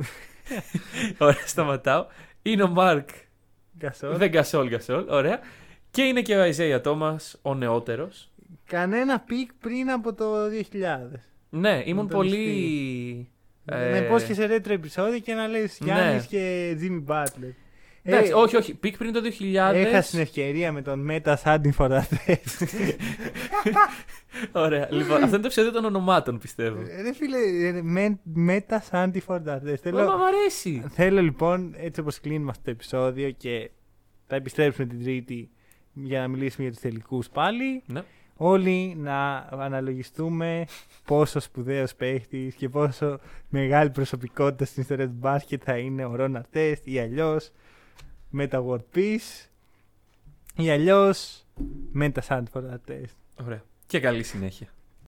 Speaker 4: Ωραία, σταματάω. Είναι ο Μάρκ
Speaker 3: Γκασόλ.
Speaker 4: Δε Γκασόλ, Γκασόλ. Ωραία. Και είναι και ο Isaiah Thomas, ο νεότερος.
Speaker 3: Κανένα πικ πριν από το 2000.
Speaker 4: Ναι, ήμουν
Speaker 3: τον
Speaker 4: πολύ. ε,
Speaker 3: Να υπόσχεσαι σε ρέτρο επεισόδιο και να λες Γιάννης και Jimmy Butler.
Speaker 4: Ναι. Εντάξει,
Speaker 3: Ε,
Speaker 4: όχι, όχι. Πικ πριν το 2000.
Speaker 3: Έχασες την ευκαιρία με τον Μέτα Σάντιν Φοραθές.
Speaker 4: Ωραία. Λοιπόν, αυτό είναι το επεισόδιο των ονομάτων, πιστεύω.
Speaker 3: Ρε φίλε, ε, Μέτα Σάντιν Φοραθές.
Speaker 4: Μα μ'
Speaker 3: Θέλω,
Speaker 4: αρέσει.
Speaker 3: θέλω λοιπόν, έτσι όπως κλείνουμε αυτό το επεισόδιο και θα επιστρέψουμε την Τρίτη για να μιλήσουμε για τους τελικούς πάλι.
Speaker 4: Ναι.
Speaker 3: Όλοι να αναλογιστούμε πόσο σπουδαίος παίχτης και πόσο μεγάλη προσωπικότητα στην ιστορία του μπάσκετ θα είναι ο Ρόν Αρτέστ ή αλλιώς με τα World Peace ή αλλιώς με τα Sanford Αρτέστ.
Speaker 4: Ωραία. Και καλή συνέχεια.